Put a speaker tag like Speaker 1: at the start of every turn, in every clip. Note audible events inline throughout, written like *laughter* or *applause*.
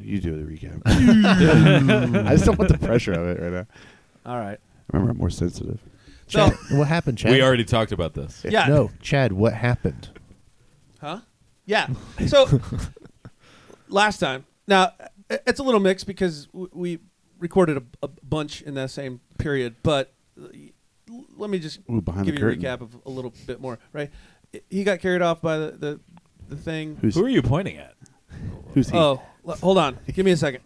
Speaker 1: you do the *laughs* recap. I just don't want the pressure of it right now.
Speaker 2: All right.
Speaker 1: Remember, I'm more sensitive.
Speaker 2: So,
Speaker 3: what happened, Chad?
Speaker 4: We already talked about this.
Speaker 2: yeah.
Speaker 3: No, Chad, what happened?
Speaker 2: Huh? Yeah. So *laughs* last time, now i- it's a little mixed because w- we recorded a, a bunch in that same period, but uh, l- let me just
Speaker 1: Ooh, behind
Speaker 2: give
Speaker 1: the
Speaker 2: you a
Speaker 1: curtain.
Speaker 2: recap of a little bit more. Right? I- He got carried off by the the, the thing.
Speaker 1: Who's
Speaker 4: Who are you pointing at?
Speaker 1: who's he? *laughs*
Speaker 2: oh, l- hold on. Give me a second.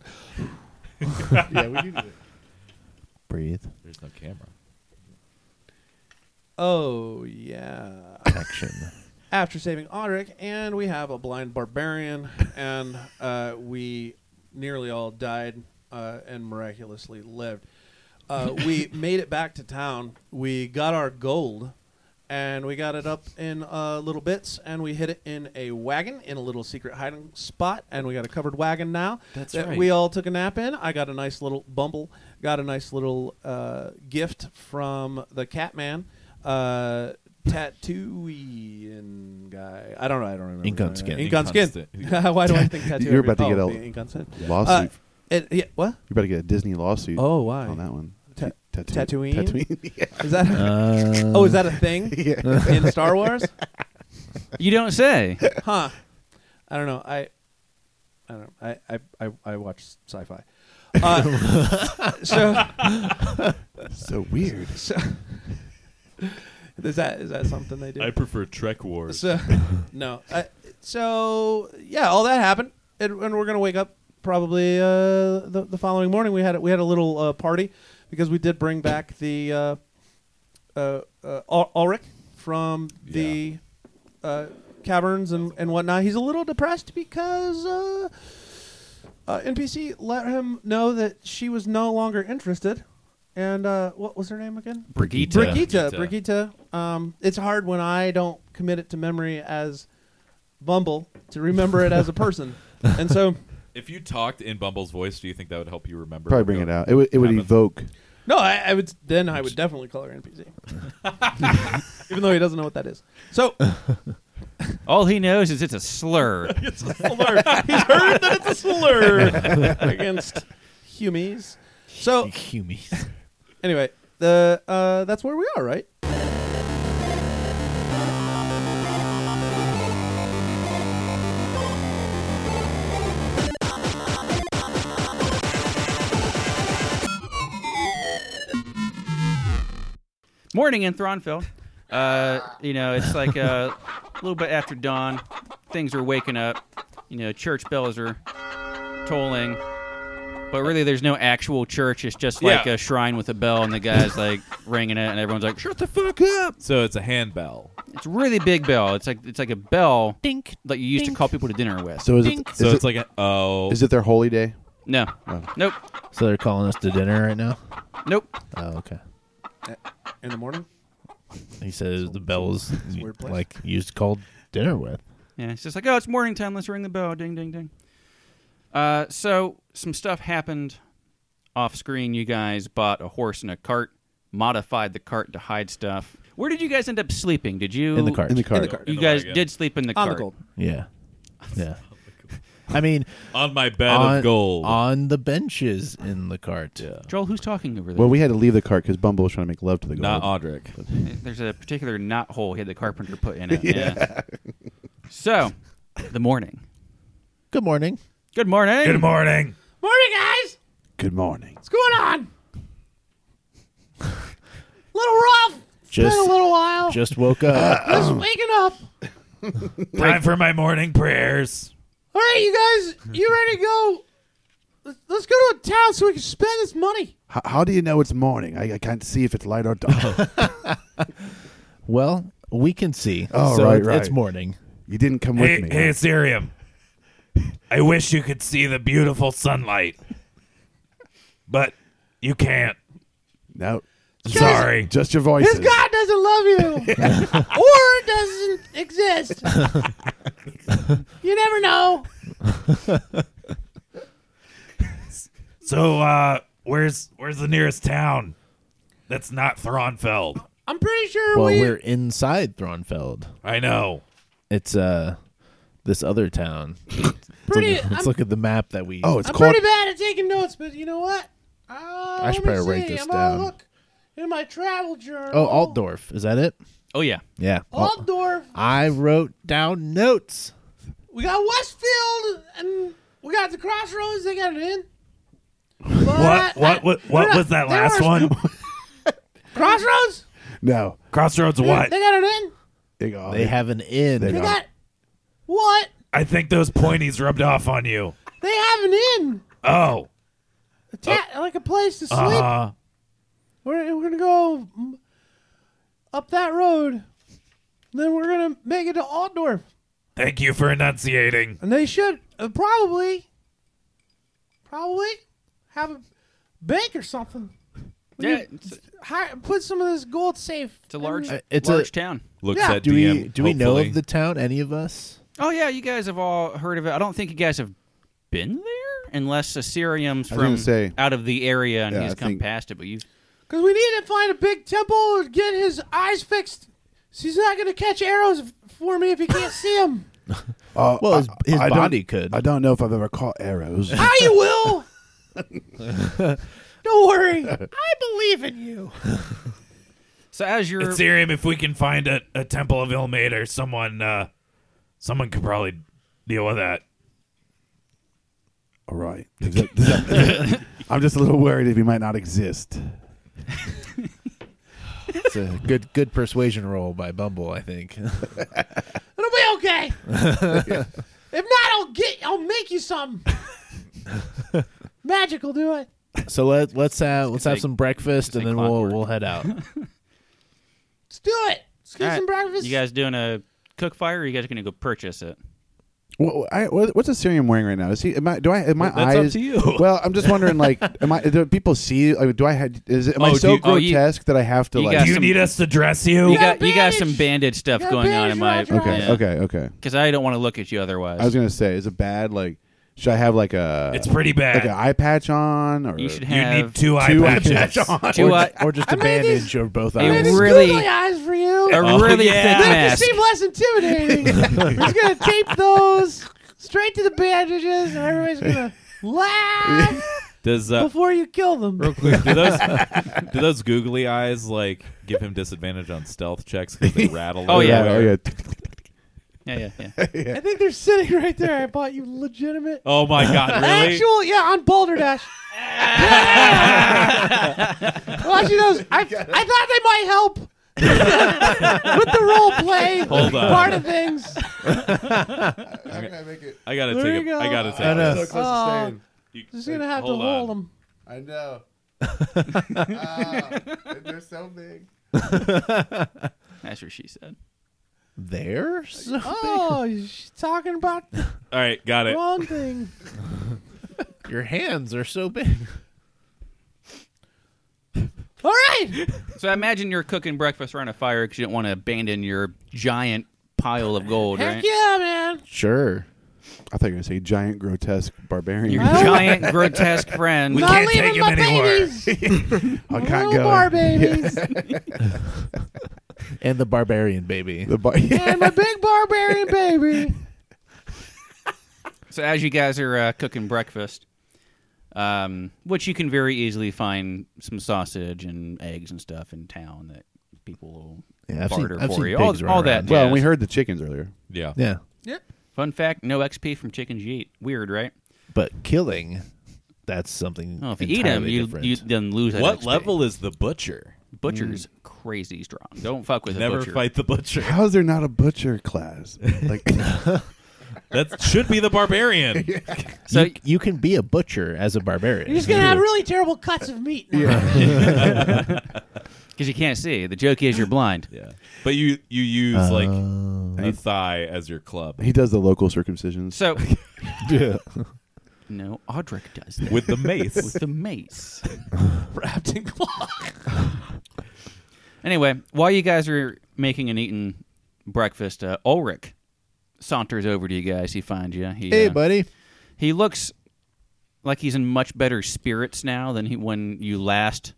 Speaker 1: yeah, we do that.
Speaker 3: Breathe.
Speaker 4: There's no camera.
Speaker 2: Oh yeah.
Speaker 3: Action.
Speaker 2: after saving Audric, and we have a blind barbarian, and uh, we nearly all died uh, and miraculously lived. Uh,
Speaker 4: *laughs*
Speaker 2: we made it back to town. We got our gold, and we got it up in uh, little bits, and we hid it in a wagon in a little secret hiding spot, and we got a covered wagon now.
Speaker 4: That's
Speaker 2: that
Speaker 4: right.
Speaker 2: We all took a nap in. I got a nice little bumble, got a nice little uh, gift from the Catman. Uh, Tattooing guy. I don't know. I don't remember.
Speaker 3: Ink on skin.
Speaker 2: Ink
Speaker 4: Ink
Speaker 2: on
Speaker 4: on
Speaker 2: skin.
Speaker 4: skin.
Speaker 2: *laughs* Why do I think tattoo?
Speaker 1: You're about to
Speaker 2: every-
Speaker 1: get
Speaker 2: oh,
Speaker 1: a-
Speaker 2: the ink on skin.
Speaker 1: Lawsuit.
Speaker 2: Uh, it- yeah, what?
Speaker 1: you better get a Disney lawsuit.
Speaker 2: Oh, why?
Speaker 1: on that one.
Speaker 2: Ta-
Speaker 1: Tattoo-
Speaker 2: Tatooine? *laughs*
Speaker 1: Tatooine. *laughs* yeah.
Speaker 2: Is that?
Speaker 5: Uh,
Speaker 2: oh, is that a thing
Speaker 1: yeah.
Speaker 2: in Star Wars?
Speaker 5: You don't say.
Speaker 2: Huh? I don't know. I, I don't. I I I, I watch sci-fi. Uh, so
Speaker 1: So weird.
Speaker 2: so. Is that is that something they do?
Speaker 4: prefer Trek Wars.
Speaker 2: So, *laughs* no. I, so yeah, all that happened, and, and we're gonna wake up probably uh, the the following morning. We had a- we had a little uh, party because we did bring back the uh, uh, uh, Ul- Ulrich from the uh, caverns and and whatnot. He's a little depressed because. Uh, uh, NPC let him know that she was no longer interested, and uh, what was her name again?
Speaker 5: Brigitte.
Speaker 2: Brigitte. Brigitte. Um, it's hard when I don't commit it to memory as Bumble to remember it as a person, and so
Speaker 4: If you talked in Bumble's voice, do you think that would help you remember?
Speaker 1: Probably bring it out. It would. It would
Speaker 4: Kinda.
Speaker 1: evoke.
Speaker 2: no, I, I would then I would definitely call her
Speaker 3: *laughs*
Speaker 2: NPC, even though he doesn't know what that is.
Speaker 3: *laughs*
Speaker 2: So
Speaker 5: All he knows is it's a slur.
Speaker 2: it's a slur. He's heard that it's a slur against humies. So
Speaker 3: *laughs* Humies.
Speaker 2: anyway, the uh, that's where we are, right?
Speaker 5: Morning in Thronfeld. Uh, you know, it's like uh, a little bit after dawn. Things are waking up. You know, church bells are tolling. But really, there's no actual church. It's just like
Speaker 4: Yeah.
Speaker 5: a shrine with a bell, and the guy's like ringing it, and everyone's like, "Shut the fuck up!"
Speaker 4: So it's a handbell.
Speaker 5: It's a really big bell. It's like it's like a bell that you used to call people to dinner with.
Speaker 1: So is it? Is
Speaker 4: So
Speaker 1: it,
Speaker 4: it's like a oh.
Speaker 1: is it their holy day?
Speaker 5: no,
Speaker 1: Oh.
Speaker 5: nope,
Speaker 3: So they're calling us to dinner right now?
Speaker 5: nope.
Speaker 3: Oh, okay.
Speaker 2: In the morning.
Speaker 3: He says the bells *laughs*
Speaker 2: a weird place.
Speaker 3: like used called dinner with.
Speaker 5: Yeah, it's just like, oh, it's morning time. Let's ring the bell. Ding, ding, ding. Uh, so some stuff happened off screen. You guys bought a horse and a cart, modified the cart to hide stuff. Where did you guys end up sleeping? Did you
Speaker 3: In the cart.
Speaker 1: In the cart.
Speaker 4: cart.
Speaker 5: You
Speaker 4: In the
Speaker 5: guys
Speaker 4: wagon.
Speaker 5: did sleep in the
Speaker 2: On
Speaker 5: cart.
Speaker 2: the gold.
Speaker 3: Yeah. Yeah. I mean,
Speaker 4: on my bed
Speaker 3: on,
Speaker 4: of gold.
Speaker 3: on the benches in the cart.
Speaker 4: yeah.
Speaker 5: Joel, who's talking over there?
Speaker 1: Well, we had to leave the cart because Bumble was trying to make love to the gold.
Speaker 4: Not Audric.
Speaker 5: There's a particular knot hole he had the carpenter put
Speaker 3: *laughs*
Speaker 5: in it. yeah. So, the morning.
Speaker 3: Good morning.
Speaker 5: Good morning. Good morning.
Speaker 2: Morning, guys.
Speaker 1: Good morning.
Speaker 2: What's going
Speaker 3: *laughs*
Speaker 2: on? little rough.
Speaker 3: Just
Speaker 2: Been a little while.
Speaker 3: just woke up.
Speaker 2: Just waking up.
Speaker 4: Time for my morning prayers.
Speaker 2: All right, you guys, you ready to go? Let's- Let's go to a town so we can spend this money.
Speaker 1: How, how do you know it's morning? I, I can't see if it's light or
Speaker 4: *laughs*
Speaker 1: dark.
Speaker 3: well, we can see.
Speaker 1: Oh,
Speaker 3: so
Speaker 1: right,
Speaker 3: it- It's
Speaker 1: right.
Speaker 3: morning.
Speaker 1: you didn't come
Speaker 6: Hey,
Speaker 1: with me.
Speaker 6: hey, Ethereum. I wish you could see the beautiful sunlight, but you can't.
Speaker 1: No,
Speaker 6: Sorry.
Speaker 1: just your voices.
Speaker 2: His God doesn't
Speaker 1: *laughs*
Speaker 2: love you, or doesn't exist. you never know.
Speaker 6: So, uh, where's where's the nearest town that's not Thronfeld?
Speaker 2: I'm pretty sure
Speaker 3: Well,
Speaker 2: we.
Speaker 3: we're inside Thronfeld.
Speaker 6: I know.
Speaker 3: It's uh this other town. Let's
Speaker 2: Pretty-
Speaker 3: look- Let's look,
Speaker 2: I'm-
Speaker 3: at the map that we.
Speaker 1: Oh, it's
Speaker 2: I'm
Speaker 1: called.
Speaker 2: pretty bad at taking notes, but you know what? Uh, I
Speaker 1: should probably write this
Speaker 2: I'm
Speaker 1: down.
Speaker 2: Gonna look in my travel journal.
Speaker 3: oh, Altdorf. Is that it?
Speaker 5: Oh yeah.
Speaker 3: Yeah. Al-
Speaker 2: Altdorf.
Speaker 3: I wrote down notes.
Speaker 2: We got Westfield, and we got the Crossroads. They got it in. But
Speaker 6: What? What? What? What
Speaker 2: There-
Speaker 6: was that
Speaker 2: there
Speaker 6: last
Speaker 2: are-
Speaker 6: one?
Speaker 2: Crossroads?
Speaker 1: No,
Speaker 6: *laughs* Crossroads.
Speaker 2: They-
Speaker 6: What?
Speaker 2: They got it in.
Speaker 1: they go.
Speaker 3: They have an inn.
Speaker 1: They
Speaker 2: They
Speaker 1: Yeah.
Speaker 2: got what?
Speaker 6: I think those pointies rubbed off on you.
Speaker 2: They have an inn,
Speaker 6: Oh.
Speaker 2: a ta- like a place to sleep.
Speaker 6: Uh,
Speaker 2: We're, we're gonna go mm, up that road, then we're gonna make it to Altdorf,
Speaker 6: thank you for enunciating.
Speaker 2: and they should uh, probably, probably have a bake or something. We
Speaker 5: Yeah,
Speaker 2: could
Speaker 5: it's,
Speaker 2: hire, put some of this gold safe.
Speaker 5: it's a large,
Speaker 3: Uh, it's
Speaker 5: large
Speaker 3: a-
Speaker 5: town.
Speaker 7: Looks
Speaker 2: Yeah.
Speaker 7: at
Speaker 3: do
Speaker 7: DM.
Speaker 3: we do we know
Speaker 7: hopefully.
Speaker 3: of the town? Any of us?
Speaker 5: Oh yeah, you guys have all heard of it. I don't think you guys have been there, unless
Speaker 1: I was
Speaker 5: Assyrium's
Speaker 1: gonna
Speaker 5: from
Speaker 1: say-
Speaker 5: out of the area and
Speaker 1: Yeah,
Speaker 5: he's
Speaker 1: I
Speaker 5: come
Speaker 1: think-
Speaker 5: past it. But you,
Speaker 2: Because we need to find a big temple to get his eyes fixed. So he's not going to catch arrows f- for me if he can't see them.
Speaker 1: Uh,
Speaker 3: Well, his, his
Speaker 1: I don't-
Speaker 3: body could.
Speaker 1: I don't know if I've ever caught
Speaker 6: *laughs*
Speaker 1: arrows.
Speaker 2: I will. Don't worry. I believe in you.
Speaker 5: so as you're
Speaker 6: Ethereum, if we can find a, a temple of Ilmaid or someone, uh, someone could probably deal with that.
Speaker 1: All right. Does that- does that- I'm just a little worried if he might not exist.
Speaker 3: It's a good good persuasion roll by Bumble.
Speaker 5: *laughs*
Speaker 3: I think.
Speaker 2: It'll be okay. if not, I'll get. I'll make you some. Magic will do it.
Speaker 3: so let let's have let's have
Speaker 5: say-
Speaker 3: some breakfast and
Speaker 5: say
Speaker 3: then we'll
Speaker 5: clockwork.
Speaker 3: we'll
Speaker 5: *laughs*
Speaker 3: head out.
Speaker 2: Let's do it. Let's get
Speaker 5: All right,
Speaker 2: some breakfast.
Speaker 5: you guys doing a cook fire, or you guys gonna go purchase it?
Speaker 1: What, I, what- what's Assyrium wearing right now? Is he? Am I? Do I? Am my
Speaker 7: That's
Speaker 1: eyes?
Speaker 7: up to you.
Speaker 1: *laughs* Well, I'm just wondering. Like, am I? Do people see? Like, do I? Had, is it? Am
Speaker 7: Oh,
Speaker 1: I
Speaker 7: do
Speaker 1: so
Speaker 7: you-
Speaker 5: oh, you-
Speaker 1: grotesque that I have to
Speaker 5: you
Speaker 1: like?
Speaker 5: got
Speaker 6: Do you
Speaker 5: some-
Speaker 6: need us to dress you?
Speaker 5: You got
Speaker 2: got
Speaker 5: you got
Speaker 2: bandage.
Speaker 5: some bandage stuff
Speaker 2: Got
Speaker 5: going on
Speaker 2: bandage,
Speaker 5: in my
Speaker 2: Roger.
Speaker 1: okay.
Speaker 5: Yeah.
Speaker 1: Okay. Okay.
Speaker 5: because I don't want to look at you otherwise.
Speaker 1: I was gonna say, is it bad? Like, should I have like a?
Speaker 6: It's pretty bad.
Speaker 1: like an eye patch on, or
Speaker 5: you should
Speaker 6: you
Speaker 5: have
Speaker 6: need two eye
Speaker 1: two
Speaker 6: patches. *laughs*
Speaker 1: eye patch
Speaker 5: two
Speaker 1: *laughs*
Speaker 3: or,
Speaker 5: eye-
Speaker 3: or just a
Speaker 2: I made this-
Speaker 3: bandage of both
Speaker 5: I
Speaker 2: I
Speaker 3: eyes.
Speaker 2: made these
Speaker 5: really-
Speaker 2: googly eyes for you.
Speaker 5: a
Speaker 6: Oh,
Speaker 5: really
Speaker 6: yeah.
Speaker 5: thick
Speaker 2: Make you
Speaker 5: mask.
Speaker 2: seem less
Speaker 5: *laughs*
Speaker 2: intimidating. I'm just gonna tape those straight to the bandages, and everybody's gonna
Speaker 5: *laughs*
Speaker 2: laugh
Speaker 7: Does uh, *laughs*
Speaker 2: before you kill them.
Speaker 7: real quick? Do those do those googly eyes like give him disadvantage on stealth checks because they rattle?
Speaker 5: Oh, yeah.
Speaker 1: Oh
Speaker 7: everywhere?
Speaker 1: yeah.
Speaker 6: *laughs*
Speaker 5: yeah, yeah,
Speaker 1: *laughs*
Speaker 5: yeah.
Speaker 2: I think they're sitting right there. I bought you legitimate,
Speaker 7: Oh my god! Really?
Speaker 2: *laughs* actual, yeah, on Boulder Dash. Watching those, I, I thought they might help with the role play
Speaker 7: Hold on.
Speaker 2: part of things.
Speaker 7: I
Speaker 2: There
Speaker 7: gotta take.
Speaker 2: you
Speaker 7: A,
Speaker 2: go.
Speaker 7: I gotta take.
Speaker 3: I know.
Speaker 7: this.
Speaker 2: Oh.
Speaker 7: You-
Speaker 2: Just gonna have
Speaker 7: hold
Speaker 2: to hold
Speaker 7: on.
Speaker 2: them.
Speaker 1: I know. Ah, they're so big.
Speaker 5: That's what she said.
Speaker 3: There. So
Speaker 2: Oh, she's talking about the
Speaker 7: All right, got it.
Speaker 2: wrong thing.
Speaker 3: big. Your hands are so big.
Speaker 2: All right.
Speaker 5: So I imagine you're cooking breakfast around a fire because you don't want to abandon your giant pile of gold,
Speaker 2: Heck
Speaker 5: right?
Speaker 2: yeah, man.
Speaker 3: Sure.
Speaker 1: I thought you were gonna say giant grotesque barbarian.
Speaker 5: Your
Speaker 2: I don't-
Speaker 5: giant grotesque friend.
Speaker 2: Not
Speaker 6: can't
Speaker 2: leaving
Speaker 6: take
Speaker 2: my
Speaker 6: him anywhere.
Speaker 2: babies.
Speaker 1: I
Speaker 2: my
Speaker 1: can't
Speaker 2: little
Speaker 1: go.
Speaker 2: bar babies.
Speaker 3: And the barbarian baby.
Speaker 1: The bar-
Speaker 3: *laughs*
Speaker 2: and my big barbarian baby.
Speaker 5: So as you guys are uh, cooking breakfast, um, which you can very easily find some sausage and eggs and stuff in town that people will
Speaker 3: Yeah, I've seen-
Speaker 5: barter
Speaker 3: I've
Speaker 5: for
Speaker 3: seen
Speaker 5: you. All,
Speaker 3: pigs
Speaker 5: all
Speaker 3: run
Speaker 5: that.
Speaker 3: around.
Speaker 5: jazz.
Speaker 1: Well, we heard the chickens earlier.
Speaker 7: Yeah.
Speaker 3: Yeah.
Speaker 5: Fun fact: no XP from chickens you eat. Weird, right?
Speaker 3: But killing, that's something
Speaker 5: Oh, if you eat them,
Speaker 3: entirely
Speaker 5: you,
Speaker 3: different.
Speaker 5: you then lose. that
Speaker 7: What
Speaker 5: XP.
Speaker 7: level is the butcher?
Speaker 5: Butcher's crazy strong. Don't fuck with a
Speaker 7: Never
Speaker 5: butcher.
Speaker 7: fight the butcher.
Speaker 1: How is there not a butcher class?
Speaker 3: *laughs*
Speaker 1: Like,
Speaker 7: That should be
Speaker 2: *laughs*
Speaker 7: the barbarian.
Speaker 5: So
Speaker 3: you, you can be a butcher as a barbarian.
Speaker 2: You're just gonna
Speaker 3: *laughs*
Speaker 2: have really terrible cuts of meat. now.
Speaker 5: because you can't see, the joke is you're blind.
Speaker 7: yeah. But you you use like
Speaker 2: Uh,
Speaker 7: a thigh as your
Speaker 2: *laughs*
Speaker 7: club
Speaker 1: he does the local circumcisions.
Speaker 5: So
Speaker 3: *laughs* Yeah.
Speaker 5: no, Audric does that
Speaker 7: with the
Speaker 5: with
Speaker 7: mace.
Speaker 5: the mace.
Speaker 2: Wrapped in cloth.
Speaker 5: Anyway, while you guys are making and eating breakfast, uh, Ulrich saunters over to you guys. He finds you. He,
Speaker 3: Hey,
Speaker 5: uh,
Speaker 3: buddy.
Speaker 5: He looks like he's in much better spirits now than he when you last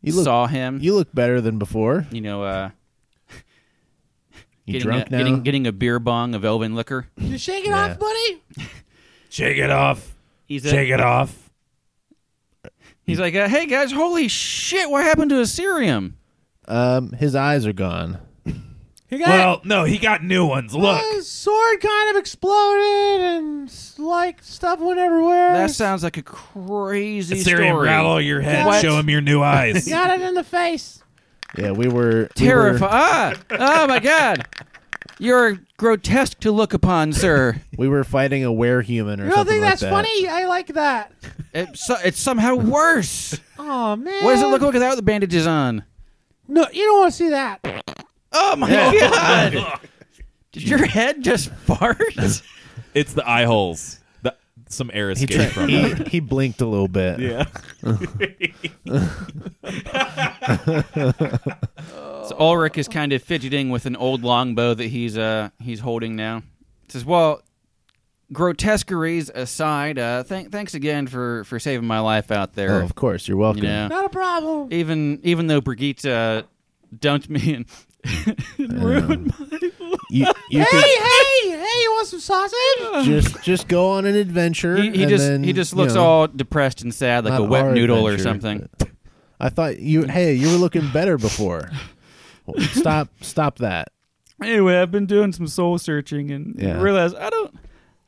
Speaker 3: You look
Speaker 5: saw him.
Speaker 3: you look better than before.
Speaker 5: You know, uh,
Speaker 3: You
Speaker 5: getting
Speaker 3: drunk
Speaker 5: a,
Speaker 3: now?
Speaker 5: Getting, getting a beer bong of elven liquor.
Speaker 2: You shake it
Speaker 3: Yeah.
Speaker 2: off, buddy.
Speaker 6: Shake it off.
Speaker 5: He's uh,
Speaker 6: Shake it off.
Speaker 5: he's like, uh, hey guys, holy shit, what happened to Assyrium?
Speaker 3: Um, his eyes are gone.
Speaker 2: You got
Speaker 6: Well, no, he got new ones. Look.
Speaker 2: uh, sword kind of exploded and s- like stuff went everywhere.
Speaker 5: That sounds like a crazy
Speaker 6: Assyrian
Speaker 5: story.
Speaker 6: rattle your head.
Speaker 5: What?
Speaker 6: Show him
Speaker 2: *laughs*
Speaker 6: your new eyes.
Speaker 2: got it in the face.
Speaker 3: Yeah, we were we were-
Speaker 5: Terrifying. ah, oh my god. You're grotesque to look upon, sir.
Speaker 3: We were fighting a werehuman or
Speaker 2: You don't
Speaker 3: something
Speaker 2: think
Speaker 3: like
Speaker 2: that's
Speaker 3: that.
Speaker 2: funny? I like that.
Speaker 5: It's, so- it's somehow worse.
Speaker 2: Oh man.
Speaker 5: What does it look like without the bandages on?
Speaker 2: No, you don't want to see that.
Speaker 5: Oh my
Speaker 3: *laughs*
Speaker 5: god! Did your head just fart?
Speaker 7: It's the eye holes. The, some air
Speaker 3: He,
Speaker 7: escape
Speaker 3: tra-
Speaker 7: from
Speaker 3: he,
Speaker 7: it.
Speaker 3: he blinked a little bit.
Speaker 7: Yeah.
Speaker 5: *laughs* So Ulrich is kind of fidgeting with an old longbow that he's uh he's holding now. Says, "Well, grotesqueries aside, uh, th- thanks again for for saving my life out
Speaker 3: Oh,
Speaker 5: there.
Speaker 3: of course. You're welcome.
Speaker 5: you know,
Speaker 2: Not a problem.
Speaker 5: even even though Brigitte uh, dumped me and
Speaker 3: You, you
Speaker 2: hey,
Speaker 3: could
Speaker 2: hey, hey! You want some sausage?
Speaker 3: just just go on an adventure.
Speaker 5: he, he
Speaker 3: and
Speaker 5: just
Speaker 3: then,
Speaker 5: he just
Speaker 3: you
Speaker 5: looks
Speaker 3: know,
Speaker 5: all depressed and sad, like
Speaker 3: not
Speaker 5: a wet
Speaker 3: our
Speaker 5: noodle or
Speaker 3: adventure,
Speaker 5: something.
Speaker 3: but- I thought you. Hey, you were looking better before. Well, stop! Stop that.
Speaker 5: anyway, I've been doing some soul searching and
Speaker 3: Yeah.
Speaker 5: realized I don't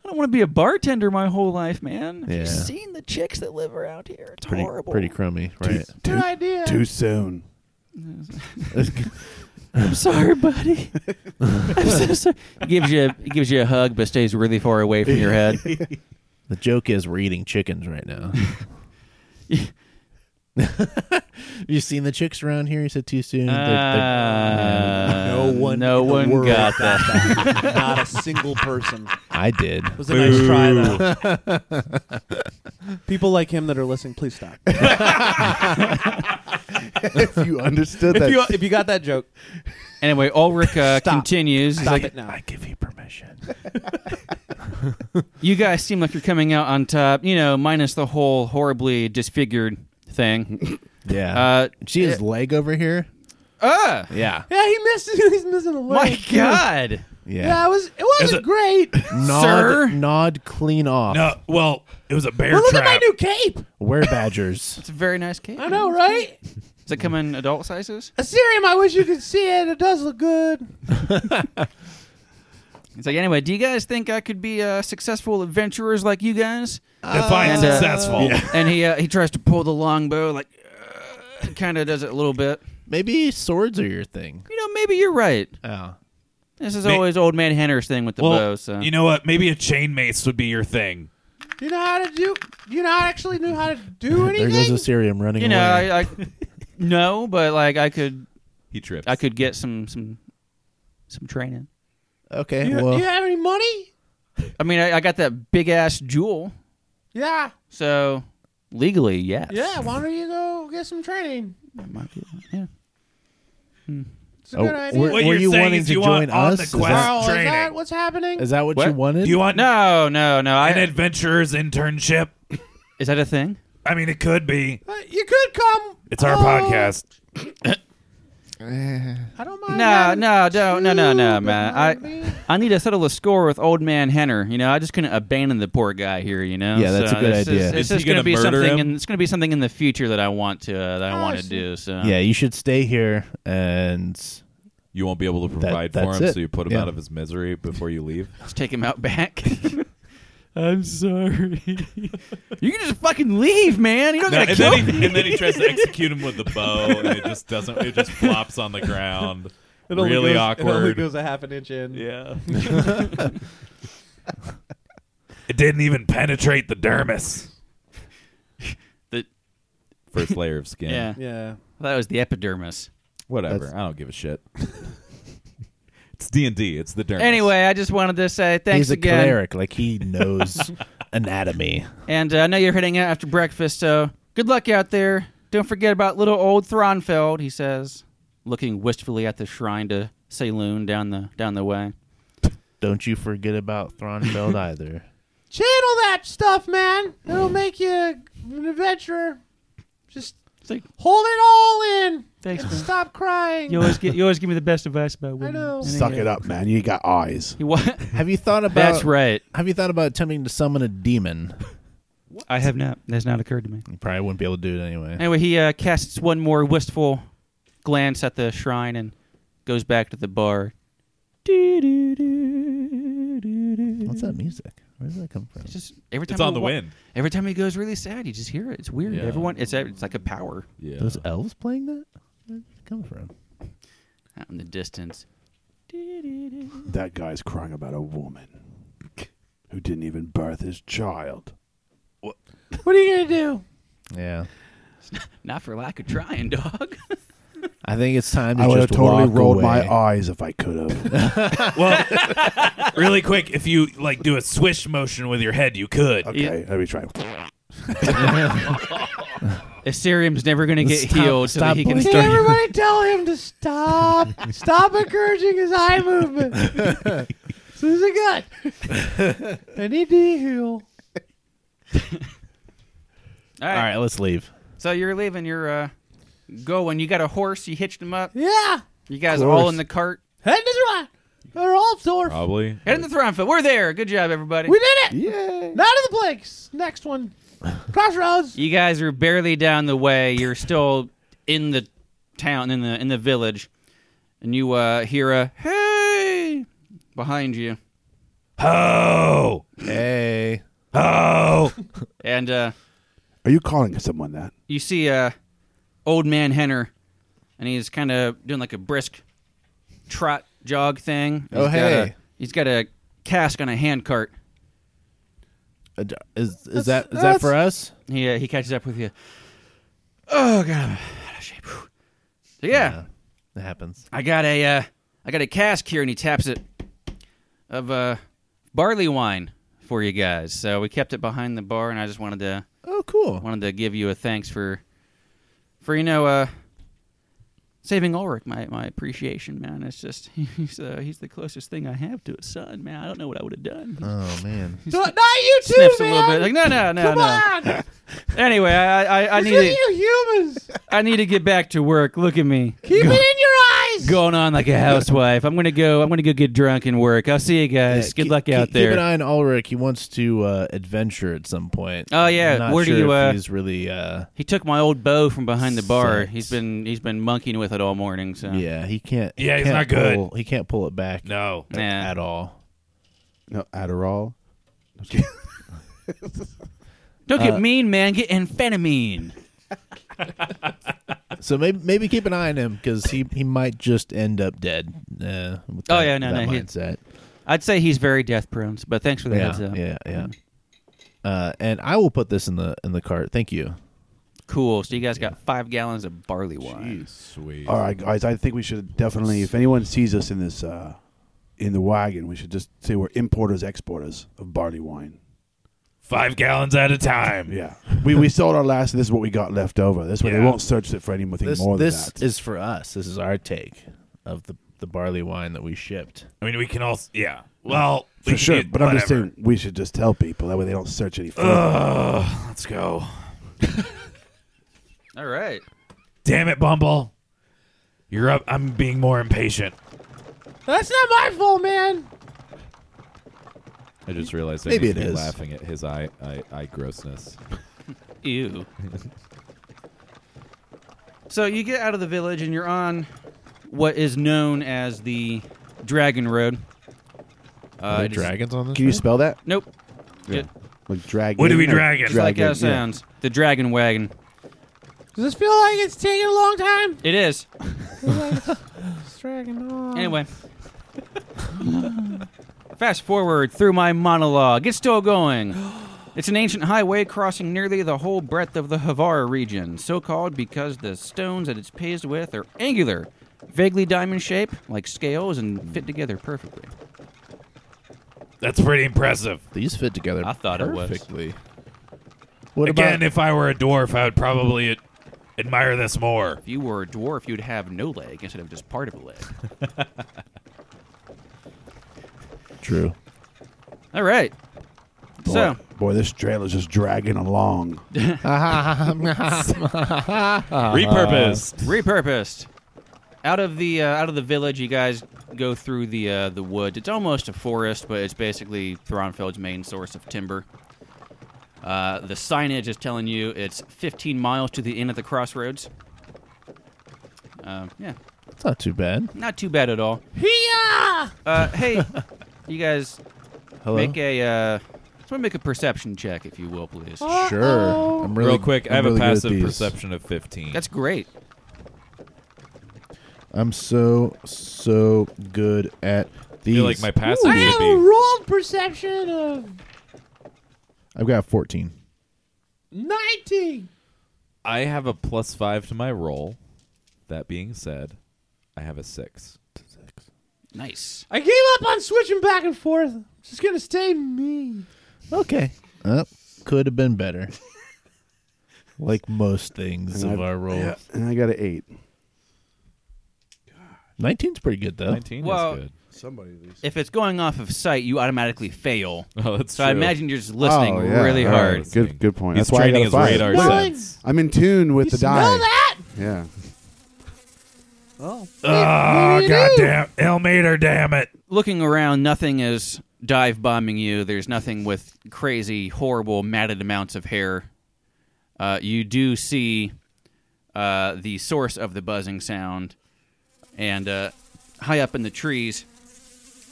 Speaker 5: I don't want to be a bartender my whole life, man. Have
Speaker 3: Yeah.
Speaker 5: you seen the chicks that live around here? It's
Speaker 3: Pretty
Speaker 5: horrible.
Speaker 3: pretty crummy, right?
Speaker 2: Good idea.
Speaker 1: Too soon.
Speaker 5: I'm sorry, buddy. I'm so sorry. He gives you a, he gives you a hug, but stays really far away from your head.
Speaker 3: the joke is we're eating chickens right now. *laughs* you seen the chicks around here? You said too soon. They're- they're-
Speaker 5: Uh,
Speaker 1: No one
Speaker 5: no
Speaker 1: in the
Speaker 5: one
Speaker 1: world
Speaker 5: got that.
Speaker 2: Not a single person.
Speaker 3: I did.
Speaker 2: was a nice try, though. People like him that are listening, please stop. if,
Speaker 1: if you understood that,
Speaker 2: you,
Speaker 3: *laughs*
Speaker 2: if you got that joke,
Speaker 5: Anyway, Ulrich uh,
Speaker 2: Stop.
Speaker 5: continues. He's
Speaker 2: stop
Speaker 5: like,
Speaker 2: it now.
Speaker 6: give you permission.
Speaker 5: you guys seem like you're coming out on top. You know, minus the whole horribly disfigured thing.
Speaker 3: Yeah.
Speaker 5: Uh,
Speaker 3: See his leg over here?
Speaker 5: ah,
Speaker 3: Yeah.
Speaker 2: Yeah, he missed. *laughs* He's missing a leg.
Speaker 5: my God.
Speaker 3: Yeah.
Speaker 2: Yeah, it was. It wasn't
Speaker 6: it-
Speaker 2: great. but
Speaker 3: Nod,
Speaker 5: Sir?
Speaker 3: nod clean off.
Speaker 6: No, well, it was a bear
Speaker 2: look at
Speaker 6: trap.
Speaker 2: my new cape.
Speaker 3: We're badgers. *laughs*
Speaker 5: It's a very nice cake.
Speaker 2: I know, right?
Speaker 5: Does it come in adult sizes?
Speaker 2: Assyrium. I wish you could see it. It does look good.
Speaker 5: It's like, anyway, do you guys think I could be uh, successful adventurers like you guys?
Speaker 6: Define
Speaker 5: And, uh,
Speaker 6: successful.
Speaker 5: and he uh, he tries to pull the longbow, like, uh, kind of does it a little bit.
Speaker 3: Maybe swords are your thing.
Speaker 5: You know, maybe you're right.
Speaker 3: Oh.
Speaker 5: This is
Speaker 6: May-
Speaker 5: always old man Henner's thing with the
Speaker 6: Well,
Speaker 5: bow. So
Speaker 6: you know what? Maybe a chain mace would be your thing.
Speaker 2: Do you know how to do? You know, I actually knew how to do
Speaker 3: There
Speaker 2: anything.
Speaker 3: goes Assyrium running
Speaker 5: you know,
Speaker 3: away.
Speaker 5: I, I no, but like I could
Speaker 7: He trips.
Speaker 5: I could get some some some training.
Speaker 3: okay.
Speaker 2: you,
Speaker 3: well,
Speaker 2: you have any money?
Speaker 5: I mean, I, I got that big ass jewel,
Speaker 2: Yeah,
Speaker 5: so legally, yes.
Speaker 2: yeah. Why don't you go get some training?
Speaker 5: That might be- yeah.
Speaker 2: It's a
Speaker 3: oh,
Speaker 2: good idea.
Speaker 3: were,
Speaker 6: What
Speaker 3: were
Speaker 6: you're
Speaker 3: you
Speaker 6: saying
Speaker 3: wanting
Speaker 6: is
Speaker 3: to
Speaker 6: you
Speaker 3: join
Speaker 6: want on
Speaker 3: us?
Speaker 6: the
Speaker 3: Is
Speaker 6: quest.
Speaker 3: that,
Speaker 2: Carl, is
Speaker 6: Training.
Speaker 2: that what's happening?
Speaker 3: is that what, you
Speaker 5: What?
Speaker 3: wanted?
Speaker 6: Do you want
Speaker 5: No, no, no.
Speaker 6: an
Speaker 5: I,
Speaker 6: adventurer's internship?
Speaker 5: is that a thing?
Speaker 6: I mean, it could be.
Speaker 2: Uh, you could come.
Speaker 6: It's our
Speaker 2: Oh,
Speaker 6: podcast.
Speaker 2: I don't mind.
Speaker 5: No,
Speaker 2: having
Speaker 5: no, don't, no, no,
Speaker 2: two,
Speaker 5: no,
Speaker 2: but not
Speaker 5: man. I,
Speaker 2: me.
Speaker 5: I need to settle the score with old man Henner. You know, I just couldn't abandon the poor guy here. You know,
Speaker 3: Yeah, that's
Speaker 5: So
Speaker 3: a good
Speaker 5: this is-
Speaker 3: idea.
Speaker 5: it's
Speaker 7: Is he
Speaker 5: just gonna,
Speaker 7: gonna
Speaker 5: be
Speaker 7: murder
Speaker 5: something,
Speaker 7: him?
Speaker 5: and it's gonna be something in the future that I want to uh, that I
Speaker 2: Oh,
Speaker 5: want
Speaker 2: I
Speaker 5: to
Speaker 2: see.
Speaker 5: do. So
Speaker 3: Yeah, you should stay here and
Speaker 7: you won't be able to provide for
Speaker 3: that's
Speaker 7: him,
Speaker 3: it.
Speaker 7: so you put him
Speaker 3: Yeah.
Speaker 7: out of his misery before you
Speaker 6: *laughs*
Speaker 7: leave.
Speaker 5: Let's take him out back. *laughs* I'm sorry. *laughs* you can just fucking leave, man. You don't gotta
Speaker 7: and,
Speaker 5: kill
Speaker 7: then
Speaker 5: me.
Speaker 7: he, and then he tries to execute him with the bow, and it just doesn't. It just flops on the ground.
Speaker 2: It only
Speaker 7: really
Speaker 2: goes- It only
Speaker 7: awkward.
Speaker 2: goes a half an inch in.
Speaker 7: yeah.
Speaker 6: It didn't even penetrate the dermis.
Speaker 7: First layer of skin.
Speaker 5: Yeah.
Speaker 2: Yeah.
Speaker 5: that was the epidermis.
Speaker 7: Whatever.
Speaker 3: That's-
Speaker 7: I don't give a shit. *laughs* it's D and D. It's the dermis.
Speaker 5: Anyway, I just wanted to say thanks
Speaker 3: he's a
Speaker 5: again.
Speaker 3: cleric, like he knows anatomy.
Speaker 5: And uh, I know you're heading out after breakfast, so good luck out there. Don't forget about little old Thronfeld, he says, looking wistfully at the shrine to Saloon down the down the way.
Speaker 3: Don't you forget
Speaker 1: *laughs*
Speaker 3: about Thronfeld either.
Speaker 2: Channel that stuff, man. It'll make you an adventurer. Just
Speaker 5: It's like,
Speaker 2: Hold it all in.
Speaker 8: Thanks,
Speaker 2: and
Speaker 8: man.
Speaker 2: Stop crying.
Speaker 8: *laughs* You always get you always give me the best advice about women.
Speaker 2: know.
Speaker 8: And then
Speaker 1: Suck
Speaker 8: you-
Speaker 1: it up, man. You got eyes.
Speaker 5: *laughs* he what?
Speaker 3: Have you thought about?
Speaker 5: That's right.
Speaker 3: Have you thought about attempting to summon a demon?
Speaker 8: I have not. That's not occurred to me.
Speaker 3: You probably wouldn't be able to do it anyway.
Speaker 5: Anyway, he uh, casts one more wistful glance at the shrine and goes back to the bar.
Speaker 3: What's that music? Where does that come from?
Speaker 5: It's just every time
Speaker 7: It's on
Speaker 5: he
Speaker 7: the
Speaker 5: wa-
Speaker 7: wind.
Speaker 5: Every time he goes really sad, you just hear it. It's weird.
Speaker 7: Yeah.
Speaker 5: Everyone, it's it's like a power
Speaker 7: Yeah.
Speaker 3: Those elves playing that? Where did it come from?
Speaker 5: out in the distance.
Speaker 1: That guy's crying about a woman who didn't even birth his child.
Speaker 2: What are you gonna do?
Speaker 3: Yeah,
Speaker 5: Not for lack of trying, dog.
Speaker 3: I think it's time. To
Speaker 1: I would have
Speaker 3: just
Speaker 1: totally
Speaker 3: walk
Speaker 1: rolled
Speaker 3: away.
Speaker 1: my eyes if I could
Speaker 3: *laughs*
Speaker 1: have.
Speaker 6: *laughs* Well, really quick, if you like do a swish motion with your head, you could.
Speaker 1: Okay, let me try.
Speaker 5: *laughs* Assyrium's never going to get
Speaker 3: Stop-
Speaker 5: healed, so
Speaker 3: stop
Speaker 5: he can
Speaker 3: blinking.
Speaker 2: Can
Speaker 5: start.
Speaker 2: everybody tell him
Speaker 1: *laughs*
Speaker 2: to stop? stop encouraging his eye movement. this is
Speaker 1: *laughs*
Speaker 2: a gut. I need to heal.
Speaker 5: All
Speaker 3: All
Speaker 5: right.
Speaker 3: right, let's leave.
Speaker 5: So you're leaving. You're uh, going. You got a horse. You hitched him up.
Speaker 2: Yeah.
Speaker 5: You guys
Speaker 1: Of
Speaker 5: are all
Speaker 1: course.
Speaker 5: in the cart.
Speaker 2: Head to the right. They're all dwarf.
Speaker 1: Oh.
Speaker 7: Probably.
Speaker 5: Head in the Thronfeld. We're there. Good job, everybody.
Speaker 2: We did it.
Speaker 1: Yay!
Speaker 2: Not of the place. Next
Speaker 1: *laughs*
Speaker 2: one. Crossroads.
Speaker 5: You guys are barely down the way. You're still in the town, in the in the village, and you uh, hear a "Hey!" behind you,
Speaker 1: Oh!
Speaker 6: Ho!
Speaker 3: Hey,
Speaker 6: Ho!
Speaker 5: and uh,
Speaker 1: Are you calling someone that?
Speaker 5: you see uh, old man Henner, and he's kind of doing like a brisk trot jog thing.
Speaker 3: Oh,
Speaker 5: He's got a-
Speaker 3: hey.
Speaker 5: he's got a cask on a hand cart.
Speaker 3: Uh, d- is is that is that for us?
Speaker 5: He uh, he catches up with you. Oh god, I'm out of shape. Whew. So yeah,
Speaker 3: That happens.
Speaker 5: I got a uh, I got a cask here, and he taps it of uh, barley wine for you guys. So we kept it behind the bar, and I just wanted to
Speaker 3: Oh, cool.
Speaker 5: wanted to give you a thanks for for you know uh, saving Ulrich. My my appreciation, man. It's just *laughs* he's uh, he's the closest thing I have to a son, man. I don't know what I would have done.
Speaker 2: Uh,
Speaker 3: Oh man.
Speaker 2: No, not you too,
Speaker 5: Sniffs a
Speaker 2: man.
Speaker 5: little bit, like no, no, no,
Speaker 2: Come
Speaker 5: no.
Speaker 2: on.
Speaker 5: Anyway, I, I, I need
Speaker 2: Look
Speaker 5: to,
Speaker 2: at you
Speaker 3: *laughs*
Speaker 2: humans.
Speaker 5: I need to get back to work. Look at me.
Speaker 2: Keep it in your eyes.
Speaker 5: going on like a housewife. I'm gonna go. I'm gonna go get drunk and work. I'll see you guys.
Speaker 3: Yeah,
Speaker 5: Good
Speaker 3: Uh, keep-
Speaker 5: luck out
Speaker 3: keep,
Speaker 5: there.
Speaker 3: Keep an eye on Ulrich. He wants to uh, adventure at some point.
Speaker 5: Oh, yeah.
Speaker 3: I'm not
Speaker 5: Where do
Speaker 3: sure
Speaker 5: you,
Speaker 3: if
Speaker 5: uh,
Speaker 3: He's really. Uh,
Speaker 5: he took my old bow from behind the bar.
Speaker 3: Sucks.
Speaker 5: He's been he's been monkeying with it all morning. So
Speaker 3: yeah, he can't. he
Speaker 6: Yeah, he's
Speaker 3: can't
Speaker 6: not good.
Speaker 3: pull- he can't pull it back.
Speaker 6: No.
Speaker 5: Nah.
Speaker 3: at all.
Speaker 1: No, Adderall.
Speaker 5: don't
Speaker 3: Uh,
Speaker 5: get mean, man. Get amphetamine.
Speaker 3: So maybe maybe keep an eye on him because he, he might just end up dead. Uh, with
Speaker 5: Oh,
Speaker 3: that-
Speaker 5: yeah, no,
Speaker 3: that
Speaker 5: no, he-
Speaker 3: mindset.
Speaker 5: I'd say he's very death prone, but thanks for Mm-hmm. the heads
Speaker 3: Yeah,
Speaker 5: up.
Speaker 3: yeah, yeah. Uh, and I will put this in the in the cart. Thank you.
Speaker 5: Cool. So you guys got five gallons of barley wine.
Speaker 7: Sweet.
Speaker 1: All right, guys. I think we should definitely. If anyone sees us in this, uh, in the wagon, we should just say we're importers, exporters of barley wine.
Speaker 6: Five gallons at a time.
Speaker 1: Yeah, we we sold our last. and This is what we got left over. This way they
Speaker 6: Yeah.
Speaker 1: won't search it for anything
Speaker 3: This
Speaker 1: more than
Speaker 3: this
Speaker 1: that.
Speaker 3: is for us. This is our take of the the barley wine that we shipped.
Speaker 6: I mean, we can all. Yeah. Well, we
Speaker 1: for
Speaker 6: can
Speaker 1: sure.
Speaker 6: do
Speaker 1: But I'm just
Speaker 6: whatever.
Speaker 1: saying we should just tell people that way they don't search any further.
Speaker 6: Ugh, let's go.
Speaker 5: All right.
Speaker 6: Damn it, Bumble. You're up. I'm being more impatient.
Speaker 2: That's not my fault, man.
Speaker 7: I just realized I
Speaker 3: Maybe
Speaker 7: need
Speaker 3: it
Speaker 7: to be
Speaker 3: is.
Speaker 7: laughing at his eye, eye, eye grossness.
Speaker 5: Ew. so you get out of the village and you're on what is known as the Dragon Road. Uh,
Speaker 3: Are there
Speaker 5: it is-
Speaker 3: dragons on this?
Speaker 1: Uh, Can you
Speaker 3: thing?
Speaker 1: spell that?
Speaker 5: Nope. It-
Speaker 1: Like dragon.
Speaker 6: What are we
Speaker 1: or
Speaker 6: dragging? It's
Speaker 5: like how it
Speaker 1: dragon, yeah.
Speaker 5: sounds. The Dragon Wagon.
Speaker 2: Does this feel like it's taking a long time?
Speaker 5: It is.
Speaker 2: It's dragging on.
Speaker 1: *laughs*
Speaker 5: Anyway. Fast forward through my monologue. It's still going. It's an ancient highway crossing nearly the whole breadth of the Havar region, so called because the stones that it's paved with are angular, vaguely diamond shaped, like scales, and fit together perfectly.
Speaker 6: That's pretty impressive.
Speaker 3: These fit together.
Speaker 5: I thought it was.
Speaker 3: perfectly. What
Speaker 6: Again,
Speaker 3: about
Speaker 6: if I were a dwarf, I would probably ad- admire this more.
Speaker 5: If you were a dwarf, you'd have no leg instead of just part of a leg.
Speaker 3: true?
Speaker 5: All right. So-
Speaker 1: boy, this trailer's just dragging along.
Speaker 7: Repurposed.
Speaker 5: repurposed. Out of the uh, out of the village, you guys go through the uh, the woods. It's almost a forest, but it's basically Thronfeld's main source of timber. Uh, the signage is telling you it's 15 miles to the end of the crossroads. Uh, yeah,
Speaker 3: It's not too bad.
Speaker 5: not too bad at all. Uh, hey, you guys,
Speaker 3: Hello.
Speaker 5: make a uh, let's make a perception check, if you will, please.
Speaker 3: Oh. Sure. I'm really
Speaker 7: Real quick,
Speaker 3: I'm
Speaker 7: I have
Speaker 3: really
Speaker 7: a
Speaker 3: good at
Speaker 7: passive
Speaker 3: these.
Speaker 7: perception of 15.
Speaker 5: That's great.
Speaker 3: I'm so so good at
Speaker 7: I
Speaker 3: these.
Speaker 7: feel like my passive
Speaker 2: I
Speaker 7: should
Speaker 2: have a
Speaker 7: be.
Speaker 2: rolled perception of
Speaker 3: I've got 14.
Speaker 2: 19.
Speaker 7: I have a plus five to my roll. That being said, I have a six. *laughs*
Speaker 5: Nice.
Speaker 2: I gave up on switching back and forth. I'm just going to stay me.
Speaker 3: Okay. Uh, could have been *laughs* better. like most things
Speaker 1: And
Speaker 3: of
Speaker 1: I-
Speaker 3: our roles.
Speaker 1: Yeah, and I got an eight.
Speaker 3: 19's pretty good though.
Speaker 7: 19
Speaker 5: Well-
Speaker 7: is good.
Speaker 1: Somebody at least.
Speaker 5: If it's going off of sight, you automatically fail.
Speaker 7: Oh, that's
Speaker 5: So
Speaker 7: true. Oh,
Speaker 5: I imagine you're just listening really
Speaker 1: Oh, All right.
Speaker 5: hard.
Speaker 1: Good, good point.
Speaker 7: He's
Speaker 1: That's why I
Speaker 7: training
Speaker 1: got a
Speaker 7: his
Speaker 1: five.
Speaker 7: radar
Speaker 2: Well,
Speaker 7: sense.
Speaker 1: I'm in tune with the die.
Speaker 2: Smell that?
Speaker 1: Yeah.
Speaker 2: Oh.
Speaker 6: Oh, goddamn. Elmater, damn it.
Speaker 5: looking around, nothing is dive bombing you. There's nothing with crazy, horrible, matted amounts of hair. Uh, you do see uh, the source of the buzzing sound, and uh, high up in the trees,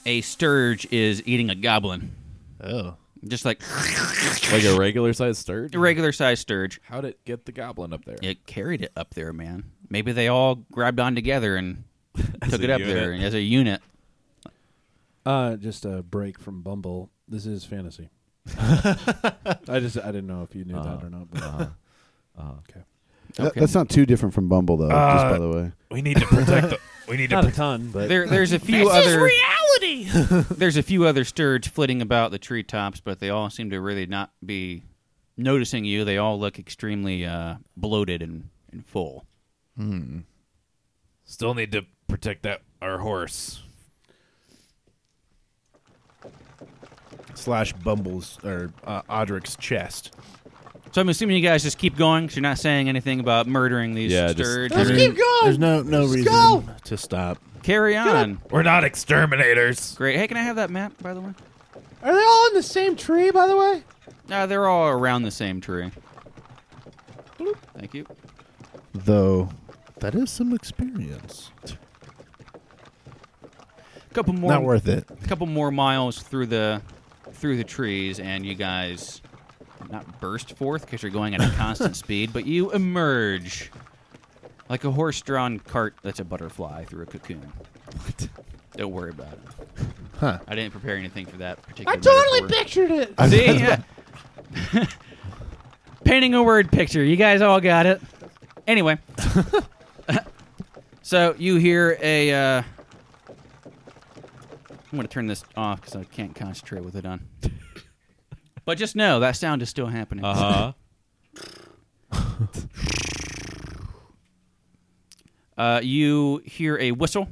Speaker 5: a sturge is eating a goblin,
Speaker 3: Oh.
Speaker 5: just like *laughs*
Speaker 7: Like a regular sized sturge?
Speaker 5: a regular sized sturge.
Speaker 7: How'd it get the goblin up there?
Speaker 5: It carried it up there, man. Maybe they all grabbed on together
Speaker 7: *laughs*
Speaker 5: and took
Speaker 7: a
Speaker 5: it up
Speaker 7: unit.
Speaker 5: there as a unit.
Speaker 2: Uh, just a break from Bumble. This is
Speaker 7: *laughs*
Speaker 2: fantasy. I just I didn't know if you knew that or not. But
Speaker 7: Uh-huh.
Speaker 1: Th-
Speaker 5: Okay.
Speaker 1: That's not too different from Bumble, though. just by
Speaker 6: Uh,
Speaker 1: the way,
Speaker 6: We need to protect the. We need
Speaker 2: *laughs*
Speaker 6: to
Speaker 2: Not a
Speaker 6: protect.
Speaker 2: ton, but
Speaker 5: There, there's a few other reality. *laughs* there's a few other sturge flitting about the treetops, but they all seem to really not be noticing you. They all look extremely uh, bloated and, and full.
Speaker 6: Still need to protect that our horse.
Speaker 3: Slash Bumble's or uh, Audric's chest.
Speaker 5: So I'm assuming you guys just keep going because you're not saying anything about murdering these
Speaker 7: Yeah, just-
Speaker 5: sturge.
Speaker 2: let's keep going.
Speaker 3: There's no no
Speaker 2: Let's
Speaker 3: reason
Speaker 2: go.
Speaker 3: to stop.
Speaker 5: Carry on.
Speaker 6: We're not exterminators.
Speaker 5: Great. Hey, can I have that map, by the way?
Speaker 2: Are they all in the same tree? By the way,
Speaker 5: Uh, they're all around the same tree. Thank you.
Speaker 3: Though that is some experience.
Speaker 5: Couple more.
Speaker 3: Not worth it.
Speaker 5: a couple more miles through the through the trees and you guys not burst forth because you're going at a constant speed but you emerge like a horse-drawn cart that's a butterfly through a cocoon don't worry about it
Speaker 3: Huh.
Speaker 5: i didn't prepare anything for that particular
Speaker 2: I totally
Speaker 5: metaphor.
Speaker 2: pictured it.
Speaker 5: see yeah. painting a word picture you guys all got it anyway *laughs* so you hear a uh, I'm going to turn this off because I can't concentrate with it on. *laughs* but just know that sound is still happening.
Speaker 7: Uh
Speaker 3: Uh-huh.
Speaker 7: huh.
Speaker 5: *laughs* Uh, you hear a whistle.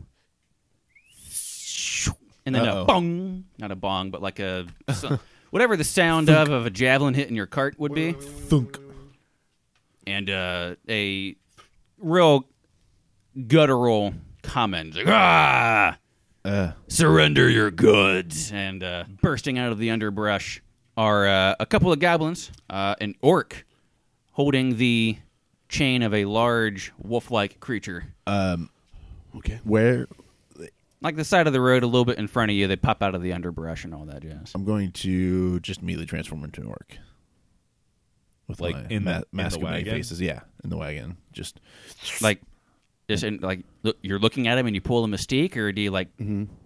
Speaker 5: And then
Speaker 3: Uh-oh.
Speaker 5: a bong. Not a bong, but like a.
Speaker 3: *laughs*
Speaker 5: so- whatever the sound of, of a javelin hitting your cart would be.
Speaker 3: Thunk.
Speaker 5: And uh, a real guttural comment. Like, ah!
Speaker 3: Uh,
Speaker 5: surrender your goods and uh, bursting out of the underbrush are uh, a couple of goblins uh, an orc holding the chain of a large wolf-like creature uh,
Speaker 1: okay. Where
Speaker 5: like the side of the road a little bit in front of you they pop out of the underbrush and all that jazz
Speaker 3: I'm going to just immediately transform into an orc. With
Speaker 7: Like
Speaker 3: my
Speaker 7: in
Speaker 3: ma-
Speaker 7: the- in the
Speaker 3: mask of many
Speaker 7: wagon?
Speaker 3: faces, yeah, in the wagon. Just
Speaker 5: like just in, like look, you're looking at him and you pull a mystique or do you like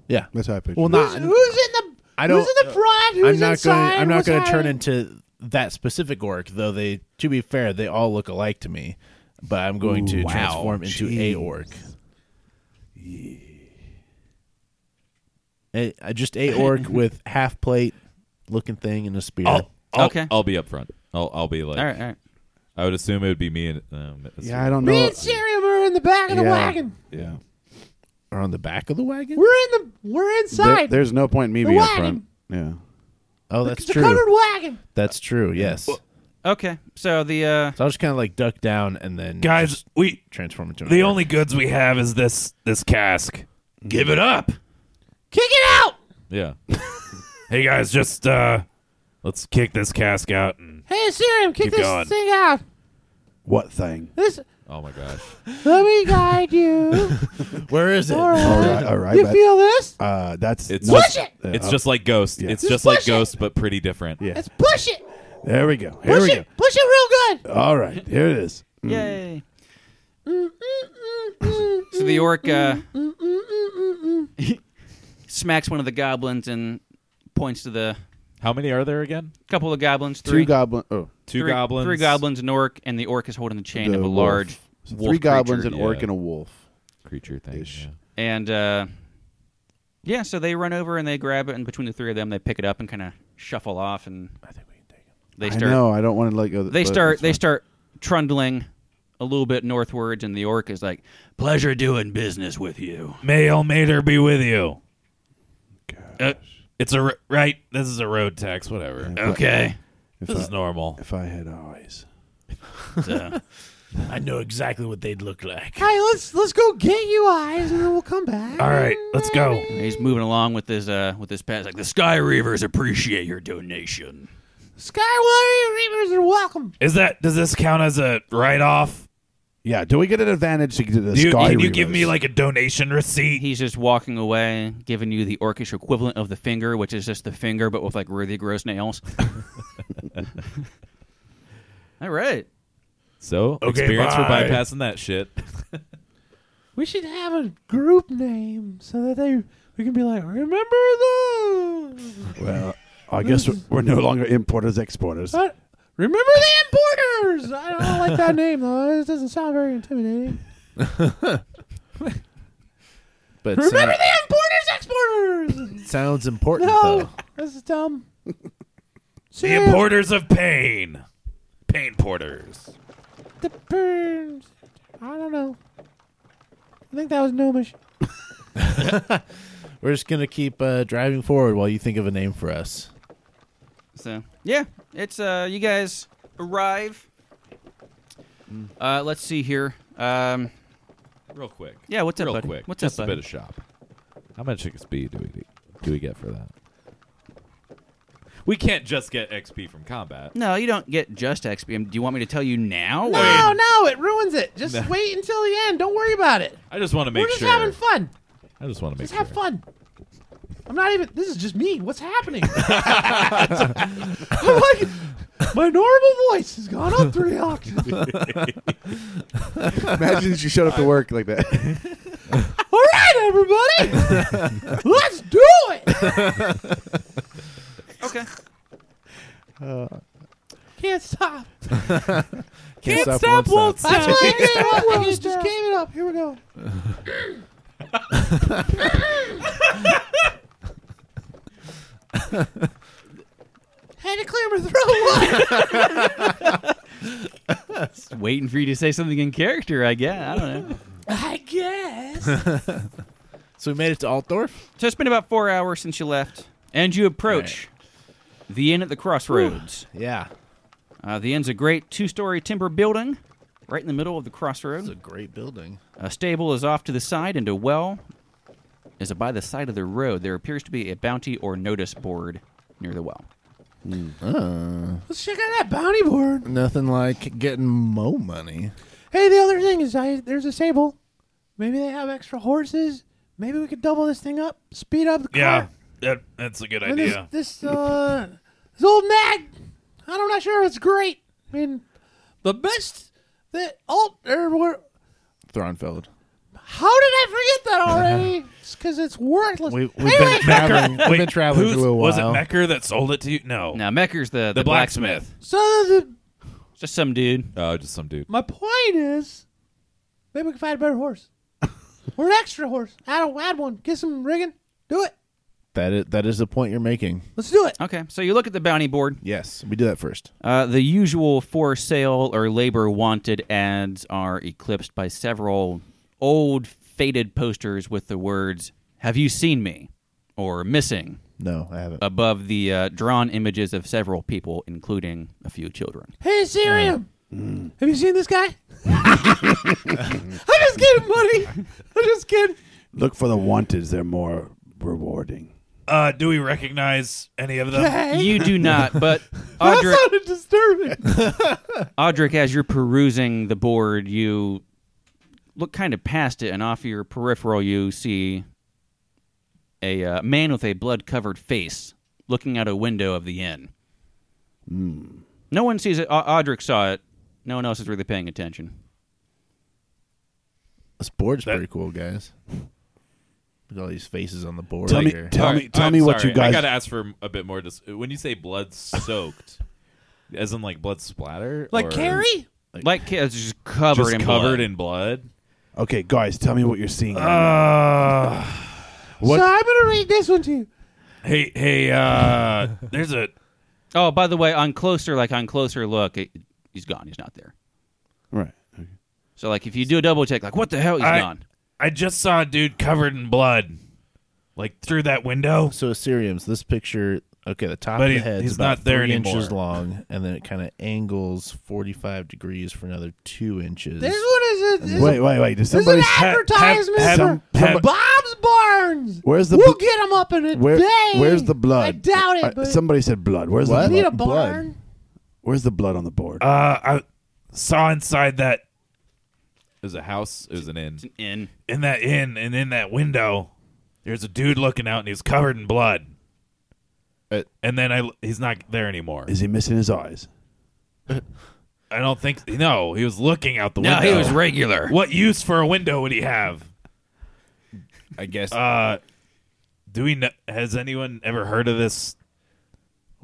Speaker 3: yeah.
Speaker 1: that's how I picture.
Speaker 3: Well,
Speaker 1: it.
Speaker 3: not.
Speaker 2: Who's in the?
Speaker 3: I don't-
Speaker 2: Who's in the front? Who's
Speaker 3: I'm not
Speaker 2: inside?
Speaker 3: going. I'm not
Speaker 2: What's
Speaker 3: going to turn
Speaker 2: happening?
Speaker 3: into that specific orc, though. They, to be fair, they all look alike to me. But I'm going to
Speaker 1: Ooh, wow.
Speaker 3: transform into a
Speaker 1: Jeez.
Speaker 3: orc. A, uh, just a *laughs* orc with half plate looking thing and a spear.
Speaker 7: I'll, I'll,
Speaker 5: Okay.
Speaker 7: I'll be up front. I'll, I'll be like.
Speaker 5: all right all right
Speaker 7: I would assume it would be me and. Um,
Speaker 1: yeah, I don't
Speaker 2: Me
Speaker 1: know.
Speaker 2: and Sirium are in the back of the
Speaker 1: Yeah.
Speaker 2: wagon.
Speaker 7: Yeah.
Speaker 3: Or on the back of the wagon.
Speaker 2: We're in the. We're
Speaker 1: There-
Speaker 2: inside.
Speaker 1: there's no point in me
Speaker 2: The
Speaker 1: being
Speaker 2: wagon.
Speaker 1: up front. Yeah.
Speaker 3: Oh, that's
Speaker 2: it's a
Speaker 3: true.
Speaker 2: covered wagon.
Speaker 3: That's true. Yes. So
Speaker 5: Okay, so the uh,
Speaker 3: I'll just kind of like duck down and then
Speaker 6: Guys,
Speaker 3: just
Speaker 6: we
Speaker 3: transform into an
Speaker 6: the
Speaker 3: orc.
Speaker 6: only goods we have is this this cask. Give it up.
Speaker 2: Kick it out.
Speaker 7: Yeah.
Speaker 6: *laughs* Hey guys, just uh let's kick this cask out and
Speaker 2: Hey, Serum, kick
Speaker 6: Keep
Speaker 2: this
Speaker 6: going.
Speaker 2: thing out.
Speaker 1: What
Speaker 2: *laughs*
Speaker 1: thing?
Speaker 2: This.
Speaker 7: Oh my gosh.
Speaker 2: Let me guide you.
Speaker 3: Where is it?
Speaker 2: All right.
Speaker 1: All right, all right.
Speaker 2: you
Speaker 1: but,
Speaker 2: feel this?
Speaker 1: uh, that's
Speaker 7: It's
Speaker 1: not-
Speaker 7: just,
Speaker 2: Push it!
Speaker 1: uh,
Speaker 7: It's
Speaker 1: uh,
Speaker 7: just like Ghost.
Speaker 1: yeah.
Speaker 7: It's
Speaker 1: Just
Speaker 7: just,
Speaker 2: push
Speaker 7: like
Speaker 2: it.
Speaker 7: Ghost, but pretty different.
Speaker 1: yeah.
Speaker 2: Let's push it.
Speaker 1: There we go. Here
Speaker 2: Push
Speaker 1: we
Speaker 2: it. Push it real good.
Speaker 1: go. All right, here it is.
Speaker 5: Hmm. yay.
Speaker 2: Mm-hmm.
Speaker 5: So the orc uh, *laughs* smacks one of the goblins and points to the
Speaker 7: How many are there again?
Speaker 5: couple of goblins.
Speaker 9: Two
Speaker 5: Three
Speaker 9: goblin. Oh,
Speaker 7: Two
Speaker 5: three-
Speaker 7: goblins.
Speaker 5: Three goblins, an orc, and the orc is holding the chain
Speaker 9: The
Speaker 5: of a
Speaker 9: wolf.
Speaker 5: large
Speaker 9: so
Speaker 5: wolf
Speaker 9: three goblins,
Speaker 5: creature.
Speaker 9: an orc,
Speaker 7: yeah.
Speaker 9: and a wolf.
Speaker 7: creature thing.
Speaker 9: Ish.
Speaker 7: yeah.
Speaker 5: And uh, yeah, so they run over and they grab it, and between the three of them, they pick it up and kind of shuffle off. And I think we can take it. They
Speaker 9: I
Speaker 5: start.
Speaker 9: know. I don't want to let go. Of
Speaker 5: They start. They start trundling a little bit northwards, and the orc is like, "Pleasure doing business with you."
Speaker 6: may all mater be with you. Uh, it's a r- right. This is a road tax. Whatever.
Speaker 5: Okay.
Speaker 1: If
Speaker 6: This is
Speaker 1: I,
Speaker 6: normal.
Speaker 1: if I had eyes.
Speaker 5: So,
Speaker 4: I know exactly what they'd look like.
Speaker 2: Hey, let's let's go get you eyes, and then we'll come back.
Speaker 6: All right, let's go.
Speaker 5: he's moving along with his uh with his pet. Like the Sky Reavers appreciate your donation.
Speaker 2: Skywater Reavers are welcome.
Speaker 6: Is that does this count as a write off?
Speaker 1: Yeah. Do we get an advantage to get to the
Speaker 6: Do you,
Speaker 1: sky?
Speaker 6: can you give
Speaker 1: reavers?
Speaker 6: me like a donation receipt?
Speaker 5: He's just walking away, giving you the orcish equivalent of the finger, which is just the finger, but with like really gross *laughs* nails. All right.
Speaker 7: So
Speaker 6: Okay,
Speaker 7: experience
Speaker 6: bye.
Speaker 7: for bypassing that shit.
Speaker 2: We should have a group name so that they we can be like, remember the
Speaker 1: Well, I guess we're, we're no longer importers
Speaker 2: *laughs*
Speaker 1: exporters.
Speaker 2: I- remember the importers. I don't, like that *laughs* name though. It doesn't sound very
Speaker 7: *laughs*
Speaker 2: intimidating.
Speaker 3: But
Speaker 2: Remember
Speaker 3: sound-
Speaker 2: the importers, exporters.
Speaker 7: *laughs*
Speaker 3: sounds important
Speaker 2: No,
Speaker 3: though.
Speaker 2: this is dumb.
Speaker 6: The
Speaker 2: Sam,
Speaker 6: importers of pain. Pain porters.
Speaker 2: the burns. I don't know. I think that was gnomish.
Speaker 3: We're just gonna keep uh, driving forward while you think of a name for us.
Speaker 5: So yeah, it's uh you guys arrive. Uh let's see here. Um
Speaker 7: Real quick.
Speaker 5: yeah, what's up,
Speaker 7: Real
Speaker 5: buddy?
Speaker 7: quick.
Speaker 5: What's
Speaker 7: Just
Speaker 5: up,
Speaker 7: a bit
Speaker 5: buddy?
Speaker 7: of shop. How much XP do we do we get for that? We can't just get XP from combat.
Speaker 5: No, you don't get just XP. Do you want me to tell you now?
Speaker 2: No, no, it ruins it. Just wait until the end. Don't worry about it.
Speaker 7: I just want to make
Speaker 2: We're just
Speaker 7: sure.
Speaker 2: having fun.
Speaker 7: I just want to make
Speaker 2: Just have
Speaker 7: sure.
Speaker 2: fun. I'm not even. This is just me. What's
Speaker 7: *laughs*
Speaker 2: happening? *laughs* I'm like, my normal voice has gone up three octaves. All
Speaker 9: Imagine if you showed up to work like that.
Speaker 2: right, everybody, *laughs* let's do it.
Speaker 5: Okay.
Speaker 2: Can't *laughs* stop.
Speaker 3: Can't, stop, won't stop.
Speaker 2: That's what I did. I just, just gave it up. Here we go. *laughs* Had to clear my throat. *laughs* What?
Speaker 5: Just waiting for you to say something in character, I guess. I don't know.
Speaker 2: I guess.
Speaker 3: So we made it to Altdorf.
Speaker 5: so it's been about four hours since you left. And you approach the inn at the crossroads.
Speaker 3: Yeah,
Speaker 5: Uh, the inn's a great two story timber building right in the middle of the crossroads.
Speaker 3: it's a great building.
Speaker 5: A stable is off to the side, and a well is by the side of the road. There appears to be a bounty or notice board near the well.
Speaker 2: Let's check out that bounty board.
Speaker 3: Nothing like getting mo money.
Speaker 2: Hey, the other thing is, I there's a stable. Maybe they have extra horses. Maybe we could double this thing up, speed up the car.
Speaker 6: Yeah, that, that's a good
Speaker 2: And this,
Speaker 6: idea.
Speaker 2: this, uh, this old nag. I'm not sure if it's great. I mean, the best that alt or were-
Speaker 3: Thronfeld.
Speaker 2: how did I forget that
Speaker 3: *laughs*
Speaker 2: already? it's because it's worthless.
Speaker 3: We, we've
Speaker 2: anyway,
Speaker 3: been traveling. we've been traveling for
Speaker 6: who's-
Speaker 3: a little while.
Speaker 6: Was it Mecker that sold it to you? No.
Speaker 5: Now, Mecker's the,
Speaker 6: The blacksmith.
Speaker 2: so the,
Speaker 5: Just some dude.
Speaker 7: Oh, just some dude.
Speaker 2: my point is, maybe we can find a better
Speaker 3: *laughs*
Speaker 2: horse or an extra horse. Add a, add one. Get some rigging. Do it.
Speaker 3: That is, that is the point you're making.
Speaker 2: Let's do it.
Speaker 5: Okay, so you look at the bounty board.
Speaker 3: Yes, we do that first.
Speaker 5: Uh, the usual for sale or labor wanted ads are eclipsed by several old, faded posters with the words, Have you seen me? or missing
Speaker 3: No, I haven't.
Speaker 5: above the uh, drawn images of several people, including a few children.
Speaker 2: Hey, Sirium.
Speaker 3: Mm.
Speaker 2: Have you seen this guy?
Speaker 3: *laughs*
Speaker 2: *laughs* I'm just kidding, buddy. I'm just kidding.
Speaker 1: Look for the wanteds; they're more rewarding.
Speaker 6: Uh, do we recognize any of them?
Speaker 5: You do
Speaker 7: *laughs*
Speaker 5: not, but
Speaker 2: That sounded
Speaker 5: Audric,
Speaker 2: disturbing.
Speaker 5: Audric, as you're perusing the board, you look kind of past it, and off your peripheral, you see a uh, man with a blood-covered face looking out a window of the inn.
Speaker 7: Hmm.
Speaker 5: No one sees it. Au- Audric saw it. No one else is really paying attention.
Speaker 3: This board's
Speaker 6: That-
Speaker 3: pretty cool, guys. Look at all these faces on the board.
Speaker 1: Tell me-
Speaker 3: here.
Speaker 1: tell
Speaker 7: All
Speaker 1: me,
Speaker 7: right,
Speaker 1: tell
Speaker 7: I'm
Speaker 1: me what
Speaker 7: sorry.
Speaker 1: you guys.
Speaker 7: I gotta ask for a bit more. Dis- when you say blood soaked, *laughs* as in like blood splatter,
Speaker 2: Like
Speaker 7: or-
Speaker 2: Carrie?
Speaker 5: Like it's just covered
Speaker 7: just
Speaker 5: in
Speaker 7: covered
Speaker 5: blood.
Speaker 7: in blood.
Speaker 1: okay, guys, tell me what you're seeing.
Speaker 6: Uh,
Speaker 1: What-
Speaker 2: So I'm gonna read this one to you.
Speaker 6: hey, hey, uh, there's a.
Speaker 5: oh, by the way, on closer, like on closer look, it, he's gone. He's not there.
Speaker 1: right.
Speaker 5: So like if you do a double check, like what the hell? He's
Speaker 6: I-
Speaker 5: gone.
Speaker 6: I just saw a dude covered in blood, like through that window.
Speaker 3: So Assyrium's this picture. Okay, the top
Speaker 6: But
Speaker 3: of the
Speaker 6: he-
Speaker 3: head's
Speaker 6: he's
Speaker 3: about
Speaker 6: not there
Speaker 3: three
Speaker 6: anymore.
Speaker 3: inches long, and then it kind of angles forty-five degrees for another two inches.
Speaker 2: This one is a, is
Speaker 1: Wait, wait, wait. Does
Speaker 2: a, is an
Speaker 1: somebody?
Speaker 2: advertisement
Speaker 1: have- some-
Speaker 2: for
Speaker 1: have-
Speaker 2: Bob's Barnes.
Speaker 1: Where's the?
Speaker 2: we'll
Speaker 1: bl-
Speaker 2: get him up in a
Speaker 1: where-
Speaker 2: day.
Speaker 1: where's the blood?
Speaker 2: I doubt it.
Speaker 1: Uh,
Speaker 2: but
Speaker 1: somebody said blood. Where's the
Speaker 3: What?
Speaker 2: need
Speaker 1: blood?
Speaker 2: a
Speaker 3: blood.
Speaker 2: barn.
Speaker 1: Where's the blood on the board?
Speaker 6: Uh, I saw inside that
Speaker 7: It was a house. It was an inn.
Speaker 5: It's an inn.
Speaker 6: in that inn and in that window there's a dude looking out and he's covered in blood
Speaker 3: Uh,
Speaker 6: and then i he's not there anymore
Speaker 1: Is he missing his eyes?
Speaker 6: i don't think no he was looking out the
Speaker 5: No,
Speaker 6: window
Speaker 5: he was regular.
Speaker 6: what use for a window would he have
Speaker 3: I guess
Speaker 6: uh do we know has anyone ever heard of this,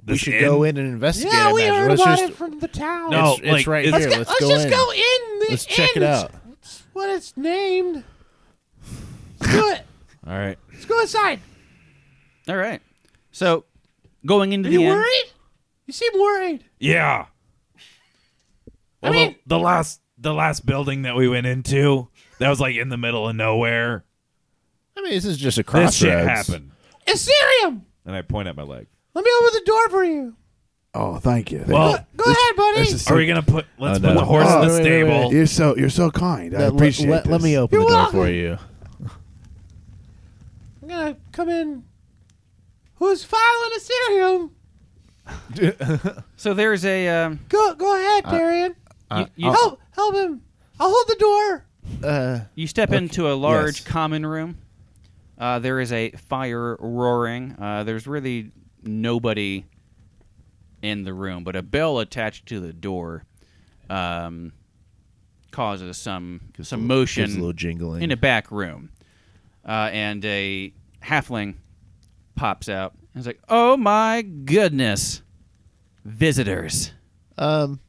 Speaker 3: we
Speaker 6: this
Speaker 3: should
Speaker 6: inn?
Speaker 3: go in and investigate.
Speaker 2: Yeah,
Speaker 3: it,
Speaker 2: we
Speaker 3: Nigel.
Speaker 2: heard
Speaker 3: Let's
Speaker 2: about
Speaker 3: just,
Speaker 2: it from the town.
Speaker 6: No,
Speaker 3: it's, it's
Speaker 6: like,
Speaker 3: right
Speaker 6: it's-
Speaker 3: here.
Speaker 2: let's,
Speaker 3: Let's,
Speaker 2: go, let's just
Speaker 3: go in.
Speaker 2: go in. The
Speaker 3: Let's check it
Speaker 2: inn.
Speaker 3: out.
Speaker 2: It's what it's named. Let's do it.
Speaker 7: All right.
Speaker 2: Let's go inside.
Speaker 5: All right. So going into
Speaker 2: Are
Speaker 5: the
Speaker 2: you
Speaker 5: inn,
Speaker 2: worried? You seem worried.
Speaker 6: yeah
Speaker 2: I
Speaker 6: Well,
Speaker 2: mean,
Speaker 6: the, the last the last building that we went into that was like in the middle of nowhere
Speaker 3: I mean, this is just a
Speaker 6: this
Speaker 3: crossroads.
Speaker 6: shit happened
Speaker 2: Assyrium.
Speaker 7: And I point at my leg.
Speaker 2: Let me open the door for you.
Speaker 1: Oh, thank you. Thank
Speaker 6: Well,
Speaker 1: you.
Speaker 2: Go, go ahead, buddy.
Speaker 1: This is
Speaker 6: are
Speaker 1: so-
Speaker 6: we gonna put let's
Speaker 3: Oh,
Speaker 6: put
Speaker 3: no.
Speaker 6: the horse
Speaker 1: Oh,
Speaker 6: in the
Speaker 3: wait, wait,
Speaker 6: stable
Speaker 3: wait.
Speaker 1: You're so you're so kind. I
Speaker 3: Let- let-
Speaker 1: appreciate
Speaker 3: let, let
Speaker 1: this.
Speaker 3: me open
Speaker 2: You're
Speaker 3: the door
Speaker 2: welcome.
Speaker 3: for you.
Speaker 2: I'm gonna come in. Who's filing Assyrium?
Speaker 5: so there's a um,
Speaker 2: Go, go ahead,
Speaker 6: Uh,
Speaker 2: Darian.
Speaker 5: you, you,
Speaker 2: help, help him. I'll hold the door.
Speaker 3: Uh,
Speaker 5: you step into a large
Speaker 3: yes.
Speaker 5: common room. Uh, there is a fire roaring. Uh, there's really nobody in the room, but a bell attached to the door um, causes some some motion
Speaker 3: gives a little jingling.
Speaker 5: in a back room, uh, and a halfling pops out. It's like, oh my goodness, visitors!
Speaker 3: um,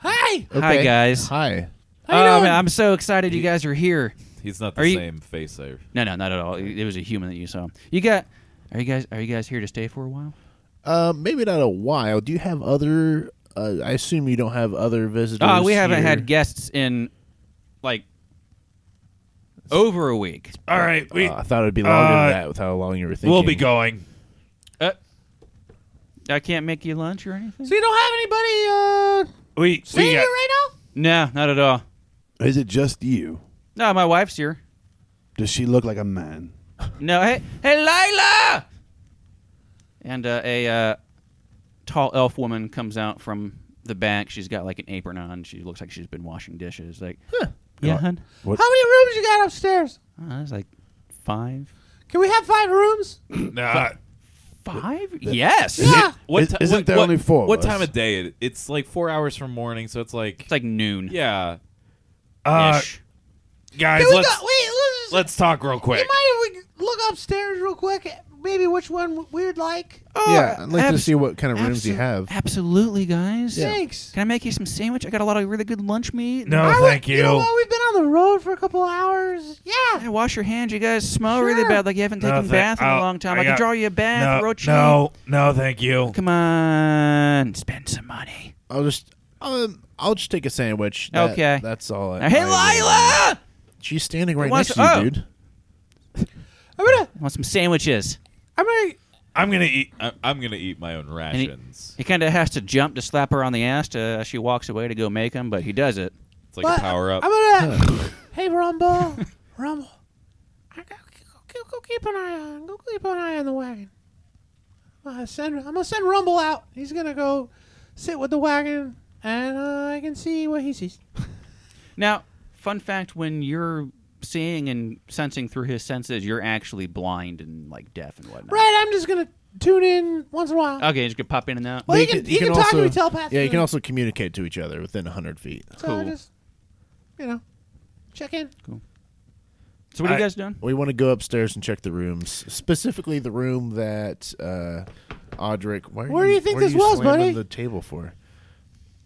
Speaker 2: Hi.
Speaker 5: Hi,
Speaker 3: okay.
Speaker 5: guys.
Speaker 3: Hi.
Speaker 2: How you
Speaker 5: oh,
Speaker 2: doing?
Speaker 5: man, I'm so excited you guys are here.
Speaker 7: He's not the
Speaker 5: Are you-
Speaker 7: same face I.
Speaker 5: No, no, not at all. It it was a human that you saw. You got? Are you guys? Are you guys here to stay for a while?
Speaker 3: Um, maybe not a while. Do you have other? Uh, I assume you don't have other visitors.
Speaker 5: Uh, we haven't
Speaker 3: here.
Speaker 5: had guests in like over a week.
Speaker 6: all right we
Speaker 3: Uh,
Speaker 7: Ah,
Speaker 3: I thought it'd be longer
Speaker 6: uh,
Speaker 3: than that with how long you were thinking.
Speaker 6: We'll be going.
Speaker 5: Uh, I can't make you lunch or anything.
Speaker 2: So you don't have anybody uh,
Speaker 6: We
Speaker 2: staying
Speaker 6: we
Speaker 2: here
Speaker 6: got,
Speaker 2: right now?
Speaker 5: No, not at all.
Speaker 1: Is it just you?
Speaker 5: No, my wife's here.
Speaker 1: Does she look like a man?
Speaker 5: No, hey, hey, Lila! And uh, a uh, tall elf woman comes out from the back. She's got like an apron on. She looks like she's been washing dishes. Like,
Speaker 8: Yeah, hun.
Speaker 2: How many rooms you got upstairs?
Speaker 5: oh, there's like five.
Speaker 2: Can we have five rooms?
Speaker 6: nah,
Speaker 5: Five? Yes.
Speaker 2: Yeah.
Speaker 7: What
Speaker 1: Is-
Speaker 7: ti-
Speaker 1: isn't
Speaker 7: what-
Speaker 1: there
Speaker 7: what-
Speaker 1: only four of
Speaker 7: What
Speaker 1: us?
Speaker 7: time of day? It, it's like four hours from morning, so it's like
Speaker 5: It's like noon.
Speaker 7: yeah.
Speaker 6: uh,
Speaker 5: ish.
Speaker 6: guys,
Speaker 2: Can we
Speaker 6: let's
Speaker 2: go? Wait, let's just,
Speaker 6: let's talk real
Speaker 2: you
Speaker 6: quick.
Speaker 2: mind if we look upstairs real quick? at Maybe which one we'd like?
Speaker 6: Oh,
Speaker 3: Yeah, I'd like to
Speaker 5: abs-
Speaker 3: see what kind of rooms you have.
Speaker 5: Absolutely, guys.
Speaker 2: Thanks.
Speaker 5: Can I make you some sandwich? I got a lot of really good lunch meat.
Speaker 6: No,
Speaker 2: I would-
Speaker 6: Oh, thank you.
Speaker 2: You know what? We've been on the road for a couple hours.
Speaker 5: Hey,
Speaker 2: Yeah.
Speaker 5: wash your hands. You guys smell really
Speaker 2: Sure.
Speaker 5: bad, like you haven't
Speaker 6: No,
Speaker 5: taken a
Speaker 6: thank-
Speaker 5: bath in a
Speaker 6: I'll-
Speaker 5: long time.
Speaker 6: I
Speaker 5: I, can
Speaker 6: got-
Speaker 5: draw you a bath,
Speaker 6: no,
Speaker 5: roach you.
Speaker 6: no, no, thank you.
Speaker 5: Come on, spend some money.
Speaker 3: I'll just, um, I'll just take a sandwich. That-
Speaker 5: Okay.
Speaker 3: that's all. I,
Speaker 5: Now, hey,
Speaker 3: I really-
Speaker 5: Lila!
Speaker 3: she's standing right
Speaker 5: wants
Speaker 3: next to
Speaker 5: to-
Speaker 3: you,
Speaker 5: oh.
Speaker 3: dude.
Speaker 2: I'm gonna.
Speaker 5: I want some sandwiches.
Speaker 2: I mean,
Speaker 7: I'm gonna eat. I, I'm gonna eat my own rations.
Speaker 5: He kind of has to jump to slap her on the ass to, as she walks away to go make him, but he does it.
Speaker 7: it's like a power up.
Speaker 2: I'm gonna. *laughs* hey, Rumble, Rumble, I, go, go, go keep an eye on, go keep an eye on the wagon. I'm gonna send, I'm gonna send Rumble out. He's gonna go sit with the wagon, and uh, I can see what he sees.
Speaker 5: Now, fun fact: when you're seeing and sensing through his senses, you're actually blind and like deaf and whatnot.
Speaker 2: Right, I'm just gonna tune in once in a
Speaker 7: Uh,
Speaker 2: while.
Speaker 5: Okay, you just could pop in and out.
Speaker 2: well, you can, you can, talk to
Speaker 3: also-
Speaker 2: me telepathically.
Speaker 3: Yeah, you can also communicate to each other within hundred feet.
Speaker 2: so
Speaker 5: cool.
Speaker 2: just, you know, check in.
Speaker 5: So what are you guys doing?
Speaker 3: We want to go upstairs and check the rooms, specifically the room that uh, Audric. Why are
Speaker 2: Where do you think
Speaker 3: why are
Speaker 2: this was,
Speaker 3: slamming
Speaker 2: buddy?
Speaker 3: The table for.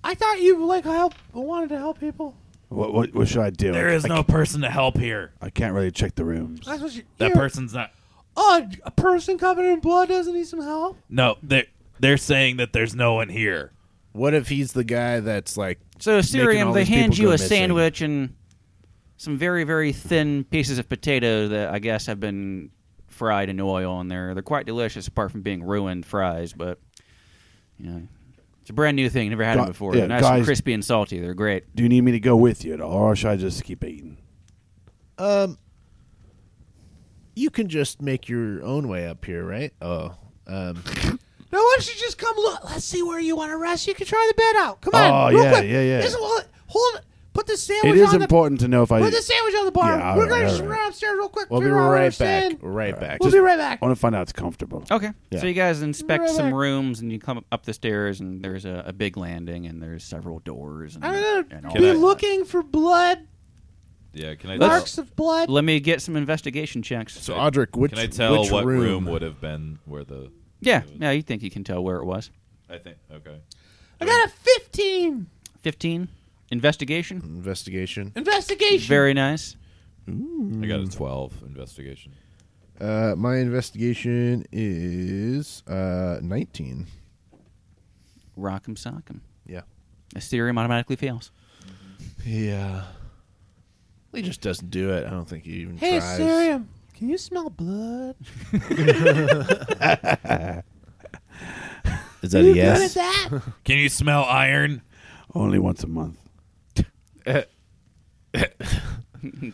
Speaker 2: I thought you like help wanted to help people.
Speaker 1: What, what, what should I do?
Speaker 6: There is
Speaker 1: I,
Speaker 6: no person to help here.
Speaker 1: I can't really check the rooms.
Speaker 2: That's what you.
Speaker 6: That
Speaker 2: you're-
Speaker 6: person's not.
Speaker 2: Oh, a person covered in blood doesn't need some help.
Speaker 6: No, they're they're saying that there's no one here.
Speaker 3: What if he's the guy that's like?
Speaker 5: So
Speaker 3: Making all
Speaker 5: Cerium, they
Speaker 3: these
Speaker 5: hand
Speaker 3: people
Speaker 5: you
Speaker 3: go
Speaker 5: a
Speaker 3: missing.
Speaker 5: sandwich and some very very thin pieces of potato that I guess have been fried in oil, and they're they're quite delicious apart from being ruined fries. But you know, it's a brand new thing. Never had
Speaker 1: Gu-
Speaker 5: them before.
Speaker 1: yeah,
Speaker 5: nice and
Speaker 1: guys-
Speaker 5: crispy and salty. They're great.
Speaker 1: Do you need me to go with you at all, or should I just keep eating?
Speaker 3: Um, you can just make your own way up here, right? Oh, um,
Speaker 2: No, why don't you just come look? Let's see where you want to rest. You can try the bed out. Come
Speaker 1: Oh,
Speaker 2: on, real
Speaker 1: yeah,
Speaker 2: quick.
Speaker 1: yeah, yeah.
Speaker 2: Just hold, hold, put the sandwich
Speaker 1: It is
Speaker 2: on the
Speaker 1: important to know if I.
Speaker 2: put the sandwich on the bar.
Speaker 1: Yeah, all
Speaker 2: We're
Speaker 1: right,
Speaker 2: gonna
Speaker 1: all
Speaker 2: just
Speaker 1: right.
Speaker 2: run upstairs real quick.
Speaker 3: we'll be
Speaker 2: figure out where
Speaker 3: right
Speaker 2: we're staying.
Speaker 3: back. Right back.
Speaker 2: We'll be right back.
Speaker 1: I want to find out it's comfortable.
Speaker 5: Okay. So you guys inspect
Speaker 2: Right
Speaker 5: some
Speaker 2: back.
Speaker 5: rooms and you come up the stairs and there's a, a big landing and there's several doors. And,
Speaker 2: I'm
Speaker 5: and
Speaker 2: gonna
Speaker 5: all
Speaker 2: be
Speaker 5: that.
Speaker 2: looking for blood,
Speaker 7: yeah, can I? Tell,
Speaker 2: marks of blood.
Speaker 5: Let me get some investigation checks.
Speaker 3: so Audric, which
Speaker 7: can I tell
Speaker 3: which
Speaker 7: what room?
Speaker 3: room?
Speaker 7: would have been where the?
Speaker 5: yeah. Yeah. You think you can tell where it was?
Speaker 7: I think. Okay.
Speaker 2: I got a 15
Speaker 5: Fifteen. Investigation.
Speaker 2: Mm,
Speaker 3: investigation?
Speaker 2: investigation.
Speaker 5: Very nice.
Speaker 7: I got a twelve investigation.
Speaker 3: Uh, my investigation is uh nineteen.
Speaker 5: Rock'em sock'em.
Speaker 3: Yeah.
Speaker 5: Ethereum automatically fails.
Speaker 3: Yeah. He just doesn't do it. I don't think he even
Speaker 2: hey,
Speaker 3: tries.
Speaker 2: Sirium, can you smell blood?
Speaker 3: Is that a
Speaker 2: Good
Speaker 1: *laughs*
Speaker 2: at that.
Speaker 6: Can you smell iron?
Speaker 1: Only once a month.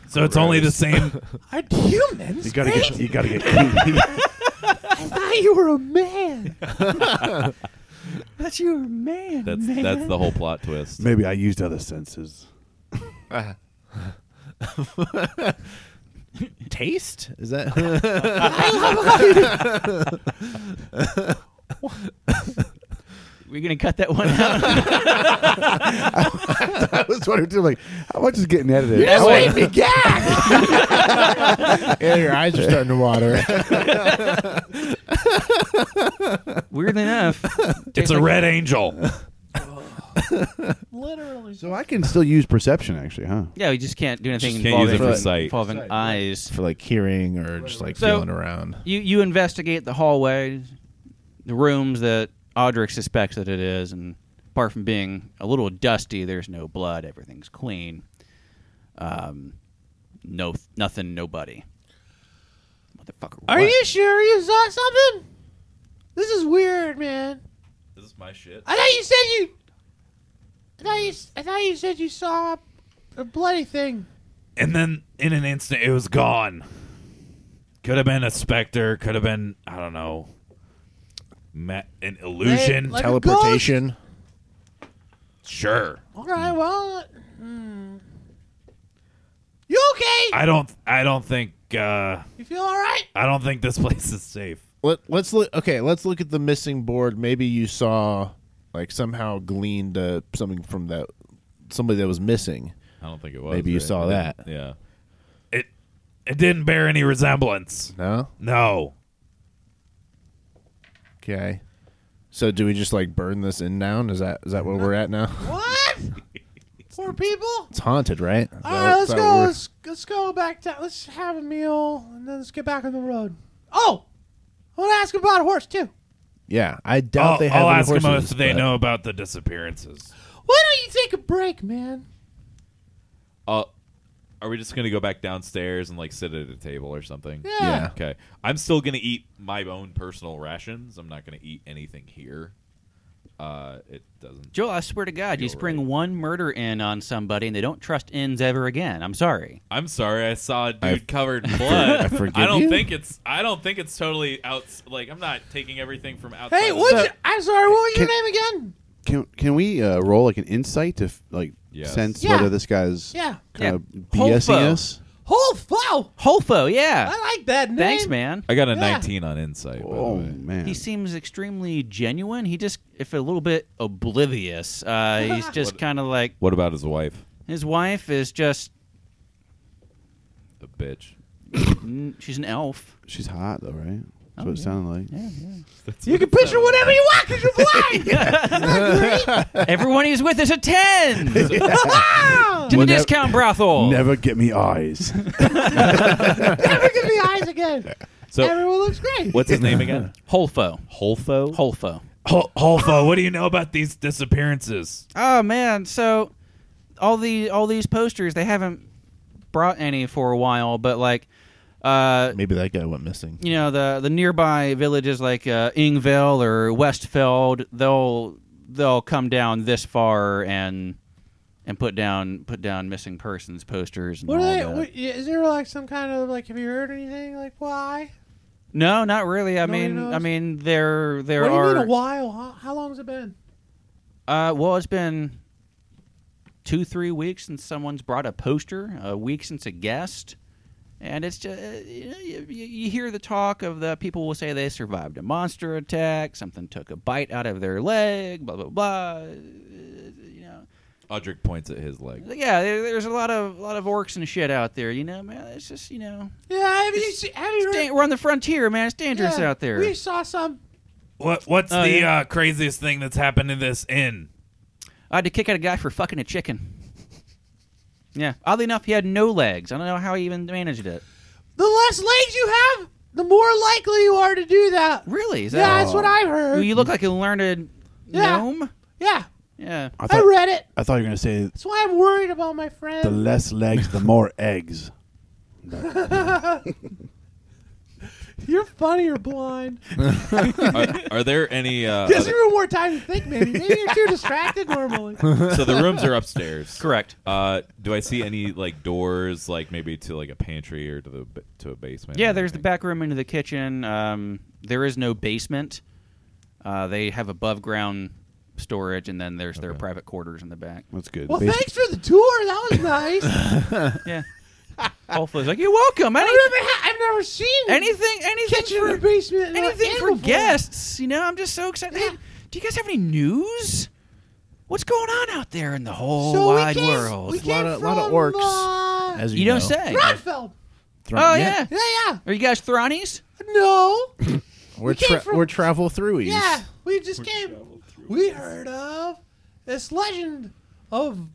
Speaker 6: So it's only the
Speaker 7: *laughs*
Speaker 6: same.
Speaker 2: Are humans?
Speaker 1: You gotta
Speaker 2: great?
Speaker 1: get. You gotta get. clean.
Speaker 2: I thought you were
Speaker 1: *laughs*
Speaker 2: a man.
Speaker 8: That's your man.
Speaker 7: That's that's the whole plot twist.
Speaker 1: Maybe I used other senses.
Speaker 3: Taste? Is that
Speaker 5: We're gonna cut that one out.
Speaker 2: *laughs*
Speaker 1: *laughs* I was wondering too. Like, how much is getting edited?
Speaker 5: That's
Speaker 1: How-
Speaker 5: what-
Speaker 3: yeah, your eyes are starting to water.
Speaker 5: Weird enough.
Speaker 6: It's a red
Speaker 7: *laughs*
Speaker 6: angel.
Speaker 2: Literally.
Speaker 1: so I can still use perception, actually, huh?
Speaker 5: Yeah, we just can't do anything
Speaker 7: Just can't use
Speaker 5: involving,
Speaker 7: it for
Speaker 3: Right.
Speaker 7: sight.
Speaker 5: involving eyes.
Speaker 3: *laughs* For like hearing or just like
Speaker 5: So-
Speaker 3: feeling around.
Speaker 5: You you investigate the hallways, the rooms that Audric suspects that it is, and apart from being a little dusty, there's no blood. Everything's clean. Um, no nothing, nobody. Motherfucker.
Speaker 2: Are
Speaker 5: what?
Speaker 2: you sure you saw something? This is weird, man.
Speaker 7: This is my shit.
Speaker 2: I thought you said you. I thought you. I thought you said you saw a bloody thing.
Speaker 6: And then in an instant, it was gone. Could have been a specter. Could have been I don't know. Ma- an illusion.
Speaker 2: Hey, like- a
Speaker 3: Teleportation.
Speaker 6: sure.
Speaker 2: All right. Well. hmm. You okay?
Speaker 6: I don't. I don't think. Uh,
Speaker 2: you feel all right?
Speaker 6: I don't think this *laughs* place is safe.
Speaker 3: Let, let's look okay, let's look at the missing board. Maybe you saw like somehow gleaned uh, something from that somebody that was missing.
Speaker 7: I don't think it was.
Speaker 3: Maybe you
Speaker 7: right?
Speaker 3: saw
Speaker 7: I didn't-
Speaker 3: that.
Speaker 7: Yeah.
Speaker 6: It. It didn't bear any resemblance.
Speaker 3: No?
Speaker 6: No.
Speaker 3: Okay. So do we just like burn this in down? Is that is that where we're at now?
Speaker 2: What? Poor people.
Speaker 3: It's haunted, right?
Speaker 2: All right. Let's go. Let's, let's go back down. Let's have a meal and then let's get back on the road. Oh, I want to ask about a horse too.
Speaker 3: Yeah, I doubt
Speaker 6: I'll,
Speaker 3: they have
Speaker 6: I'll
Speaker 3: any
Speaker 6: ask them
Speaker 3: horses,
Speaker 6: if they
Speaker 3: but-
Speaker 6: know about the disappearances.
Speaker 2: Why don't you take a break, man?
Speaker 7: Uh, Are we just gonna go back downstairs and like sit at a table or something?
Speaker 3: Yeah.
Speaker 7: Okay. I'm still gonna eat my own personal rations. I'm not gonna eat anything here. Uh, it doesn't.
Speaker 5: Joel, I swear to God, you
Speaker 7: You're
Speaker 5: spring
Speaker 7: right.
Speaker 5: one murder in on somebody and they don't trust ends ever again. I'm sorry.
Speaker 7: I'm sorry. I saw a
Speaker 3: *laughs*
Speaker 7: dude
Speaker 3: I-
Speaker 7: covered in blood.
Speaker 3: I forgive
Speaker 7: don't
Speaker 3: you.
Speaker 7: think it's. I don't think it's totally out. Like I'm not taking everything from outside.
Speaker 2: Hey,
Speaker 7: of
Speaker 2: what's
Speaker 7: the-
Speaker 2: I'm sorry. What was your
Speaker 9: Can-
Speaker 2: name again?
Speaker 9: Can can we uh, roll like an insight to f- like
Speaker 7: Yes.
Speaker 9: sense
Speaker 2: Yeah.
Speaker 9: whether this guy's
Speaker 2: Yeah.
Speaker 9: kind of
Speaker 5: Yeah.
Speaker 9: BSing
Speaker 5: Hofo.
Speaker 9: us?
Speaker 2: Whole wow.
Speaker 5: Holfo, yeah.
Speaker 2: I like that name.
Speaker 5: Thanks, man.
Speaker 7: I got a
Speaker 2: Yeah.
Speaker 7: 19 on insight. By
Speaker 9: Oh
Speaker 7: the way.
Speaker 9: man,
Speaker 5: He seems extremely genuine. He just, if a little bit oblivious, uh, he's just kind of like
Speaker 7: What about his wife?
Speaker 5: his wife is just.
Speaker 7: The bitch.
Speaker 5: mm, She's an elf.
Speaker 9: she's hot though, right? That's
Speaker 5: Oh,
Speaker 9: what it
Speaker 5: yeah.
Speaker 9: sounded like. Yeah.
Speaker 2: You can picture whatever you want because you're blind.
Speaker 5: Everyone he's with is a ten. to the discount brothel.
Speaker 1: Never get me eyes.
Speaker 2: Never give me *laughs* eyes again.
Speaker 7: So
Speaker 2: Everyone looks great.
Speaker 7: what's his name again?
Speaker 5: Holfo.
Speaker 7: Holfo.
Speaker 5: Holfo.
Speaker 6: Hol- Holfo, what do you know about these disappearances?
Speaker 5: Oh man, so all the all these posters they haven't brought any for a while, but like uh
Speaker 3: Maybe that guy went missing.
Speaker 5: you know the the nearby villages like uh, Ingville or Westfeld, they'll they'll come down this far and and put down put down missing persons posters. And
Speaker 2: What
Speaker 5: all
Speaker 2: are they?
Speaker 5: that.
Speaker 2: What, yeah, is there like some kind of like? Have you heard anything? Like why?
Speaker 5: no, not really. I
Speaker 2: Nobody
Speaker 5: mean,
Speaker 2: knows?
Speaker 5: I mean there there
Speaker 2: what do you
Speaker 5: are
Speaker 2: mean a while? How, how long has it been?
Speaker 5: Uh, well, it's been two, three weeks since someone's brought a poster, a week since a guest, and it's just uh, you, know, you, you hear the talk of the people will say they survived a monster attack, something took a bite out of their leg, blah blah blah. Uh, You know,
Speaker 7: Audric points at his leg.
Speaker 5: yeah, there, there's a lot of lot of orcs and shit out there. You know, man, it's just you know,
Speaker 2: Yeah, have you seen? Have you
Speaker 5: it's
Speaker 2: heard?
Speaker 5: dan- we're on the frontier, man. It's dangerous
Speaker 2: Yeah,
Speaker 5: out there.
Speaker 2: We saw some.
Speaker 6: What What's
Speaker 5: Oh,
Speaker 6: the
Speaker 5: yeah.
Speaker 6: uh, craziest thing that's happened in this inn?
Speaker 5: I had to kick out a guy for fucking a chicken. *laughs* Yeah, oddly enough, he had no legs. I don't know how he even managed it.
Speaker 2: The less legs you have, the more likely you are to do that.
Speaker 5: Really? Is
Speaker 2: Yeah,
Speaker 5: that
Speaker 2: that's what I heard.
Speaker 5: Oh. you look like a learned
Speaker 2: Yeah.
Speaker 5: gnome?
Speaker 2: yeah,
Speaker 5: Yeah.
Speaker 1: I
Speaker 2: I
Speaker 1: thought,
Speaker 2: read it.
Speaker 1: I thought you were gonna say
Speaker 2: That's why I'm worried about my friend.
Speaker 1: the less legs, the more eggs.
Speaker 2: You're funny. You're blind.
Speaker 7: are, are there any? Uh,
Speaker 2: Gives
Speaker 7: other-
Speaker 2: you more time to think. Maybe maybe you're too distracted
Speaker 5: *laughs*
Speaker 2: normally.
Speaker 7: so the rooms are upstairs.
Speaker 5: Correct.
Speaker 7: Uh, do I see any like doors, like maybe to like a pantry or to the ba- to a basement?
Speaker 5: Yeah,
Speaker 7: or
Speaker 5: there's the
Speaker 7: anything?
Speaker 5: back room into the kitchen. Um, there is no basement. Uh, they have above ground storage, and then there's their private quarters in the back.
Speaker 1: That's good.
Speaker 2: Well,
Speaker 1: Basi-
Speaker 2: thanks for the tour. That was
Speaker 5: *laughs*
Speaker 2: nice. I've,
Speaker 5: Yeah. Alpha's like, you're welcome. Any-
Speaker 2: never ha- I've never seen
Speaker 5: anything, anything
Speaker 2: kitchen or
Speaker 5: for,
Speaker 2: basement. uh,
Speaker 5: anything
Speaker 2: in
Speaker 5: for
Speaker 2: before.
Speaker 5: guests. You know, I'm just so excited. Hey, do you guys have any news? What's going on out there in the whole
Speaker 2: So
Speaker 5: wide
Speaker 2: we came,
Speaker 5: world?
Speaker 2: We
Speaker 3: It's a lot
Speaker 2: came
Speaker 3: of- lot of
Speaker 2: from,
Speaker 3: orcs.
Speaker 2: Uh,
Speaker 3: As you,
Speaker 5: you don't
Speaker 3: know.
Speaker 5: say.
Speaker 2: Braunfeld.
Speaker 5: Oh yeah.
Speaker 2: Yeah, yeah.
Speaker 5: Are you guys Thronnies?
Speaker 2: No.
Speaker 3: We're,
Speaker 2: came
Speaker 3: tra-
Speaker 2: from-
Speaker 3: we're travel throughies.
Speaker 2: Yeah, we just came. We heard of this legend of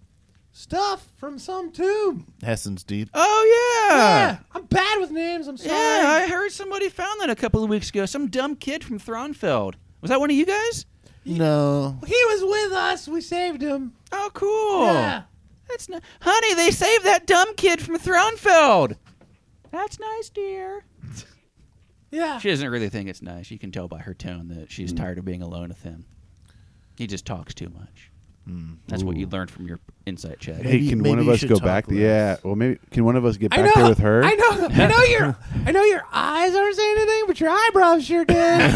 Speaker 2: stuff from some tomb.
Speaker 3: Hessen's deep.
Speaker 5: Oh
Speaker 2: Yeah, I'm bad with names. I'm sorry.
Speaker 5: Yeah, I heard somebody found that a couple of weeks ago. Some dumb kid from Thronfeld. Was that one of you guys?
Speaker 3: No.
Speaker 2: he was with us. We saved him.
Speaker 5: Oh, cool.
Speaker 2: Yeah.
Speaker 5: That's ni- honey. They saved that dumb kid from Thronfeld. That's nice, dear.
Speaker 2: Yeah.
Speaker 5: She doesn't really think it's nice. You can tell by her tone that she's
Speaker 9: Hmm.
Speaker 5: tired of being alone with him. He just talks too much.
Speaker 9: Hmm.
Speaker 5: That's what you learned from your insight
Speaker 9: *laughs*
Speaker 5: check.
Speaker 3: Maybe-
Speaker 9: hey, can
Speaker 3: maybe
Speaker 9: one of
Speaker 3: you
Speaker 9: us
Speaker 3: should
Speaker 9: go
Speaker 3: talk
Speaker 9: back?
Speaker 3: less.
Speaker 9: Yeah. Well, maybe can one of us get
Speaker 2: I
Speaker 9: back
Speaker 2: know.
Speaker 9: there with her?
Speaker 2: I know. I know your. I know your eyes aren't saying anything, but your eyebrows sure
Speaker 5: *laughs*
Speaker 2: did.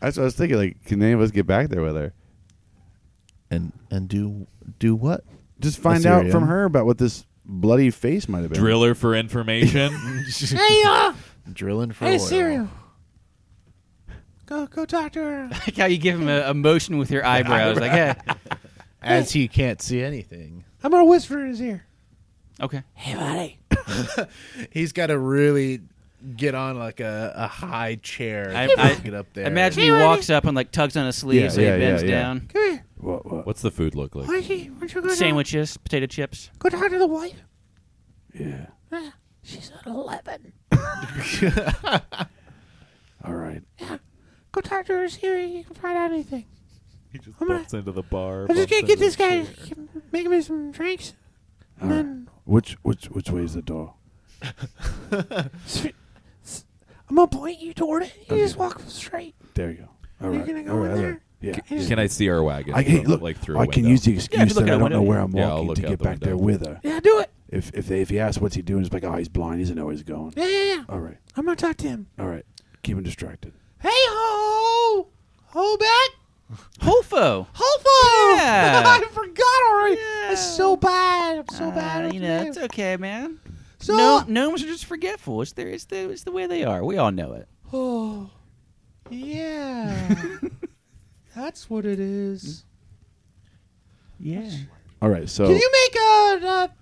Speaker 9: That's what I was thinking. Like, can any of us get back there with her?
Speaker 3: And and do do what?
Speaker 1: Just find
Speaker 3: Assyria.
Speaker 1: out from her about what this bloody face might have been.
Speaker 7: driller for information.
Speaker 2: hey,
Speaker 5: Oh,
Speaker 2: uh,
Speaker 3: Drilling for
Speaker 2: hey,
Speaker 3: oil.
Speaker 2: cereal. Go, go talk to her.
Speaker 5: like how you give him a, a motion with your eyebrows. like, hey,
Speaker 9: *laughs*
Speaker 3: As he can't see anything.
Speaker 2: I'm gonna whisper in his ear.
Speaker 5: okay.
Speaker 2: Hey, buddy.
Speaker 3: He's got to really get on like a, a high chair
Speaker 5: I-
Speaker 3: to
Speaker 5: I-
Speaker 3: get up there.
Speaker 5: Imagine he walks up and like tugs on his sleeve
Speaker 9: Yeah,
Speaker 5: so he
Speaker 9: yeah, yeah,
Speaker 5: bends
Speaker 9: yeah.
Speaker 5: down.
Speaker 2: Come here.
Speaker 1: What, what?
Speaker 7: What's the food look like?
Speaker 2: Why don't you, why don't you go down-
Speaker 5: Sandwiches, potato chips.
Speaker 2: Go talk to the wife.
Speaker 1: Yeah.
Speaker 2: Yeah, She's at 11.
Speaker 1: All right.
Speaker 2: Go talk to her, see if you can find out anything.
Speaker 7: He just
Speaker 2: I'm gonna-
Speaker 7: bumps into the bar.
Speaker 2: I'm just
Speaker 7: bumps
Speaker 2: gonna get
Speaker 7: into
Speaker 2: this
Speaker 7: the
Speaker 2: guy,
Speaker 7: chair.
Speaker 2: make him some drinks, and then
Speaker 1: Which which which way is the door?
Speaker 2: I'm gonna point you toward it. You just walk straight.
Speaker 1: There you go. All
Speaker 2: You're
Speaker 1: right,
Speaker 2: gonna go
Speaker 1: all right,
Speaker 2: in
Speaker 1: all right.
Speaker 2: there?
Speaker 1: Yeah.
Speaker 2: Can-
Speaker 7: Can I see our wagon?
Speaker 1: I can
Speaker 7: from,
Speaker 1: look
Speaker 7: like through. a
Speaker 1: I can
Speaker 7: window?
Speaker 1: use the excuse
Speaker 8: look
Speaker 1: that
Speaker 8: out
Speaker 1: I
Speaker 8: a
Speaker 1: don't know
Speaker 8: window.
Speaker 1: where I'm
Speaker 7: Yeah, I'll
Speaker 1: walking
Speaker 7: look
Speaker 1: to
Speaker 7: out
Speaker 1: get
Speaker 7: the
Speaker 1: back there
Speaker 7: window.
Speaker 1: with her.
Speaker 2: Yeah, do it.
Speaker 1: If if they, if he asks what's he doing, it's like oh he's blind. He doesn't know where he's going.
Speaker 2: Yeah, yeah, yeah.
Speaker 1: All right,
Speaker 2: I'm gonna talk to him.
Speaker 1: all right. Keep him distracted.
Speaker 2: Hey ho, ho back,
Speaker 5: Hofo.
Speaker 2: ho fo.
Speaker 5: Yeah.
Speaker 2: *laughs* I forgot already. It's so bad. I'm so bad.
Speaker 5: Uh,
Speaker 2: at
Speaker 5: you know,
Speaker 2: the
Speaker 5: it's
Speaker 2: name.
Speaker 5: okay, man.
Speaker 2: so
Speaker 5: no, gnomes are just forgetful. It's, their, it's, the, it's the way they are. We all know it.
Speaker 2: Oh, yeah. That's what it is.
Speaker 5: Yeah.
Speaker 1: All right, so
Speaker 2: Can you make a, a,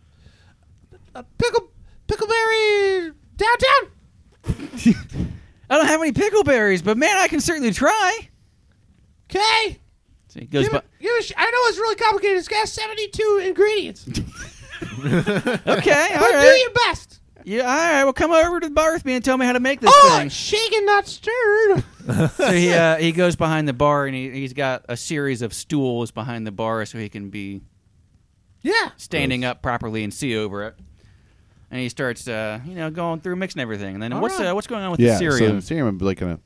Speaker 2: a pickle pickleberry downtown?
Speaker 5: I don't have any pickleberries, but man, I can certainly try.
Speaker 2: Okay.
Speaker 5: So he goes,
Speaker 2: give it, *laughs* give it a sh- I know it's really complicated. It's got 72 ingredients.
Speaker 5: bu- okay, all
Speaker 2: but do
Speaker 5: right.
Speaker 2: your best.
Speaker 5: Yeah, all right. Well, come over to the bar with me and tell me how to make this
Speaker 2: Oh,
Speaker 5: thing.
Speaker 2: it's shaken, not stirred.
Speaker 5: so he uh, he goes behind the bar and he, he's got a series of stools behind the bar so he can be
Speaker 2: yeah.
Speaker 5: standing up properly and see over it. And he starts, uh, you know, going through mixing everything. And then
Speaker 2: All
Speaker 5: what's
Speaker 2: right.
Speaker 5: uh, what's going on with
Speaker 9: yeah,
Speaker 5: the cerium?
Speaker 9: so Serum like kind of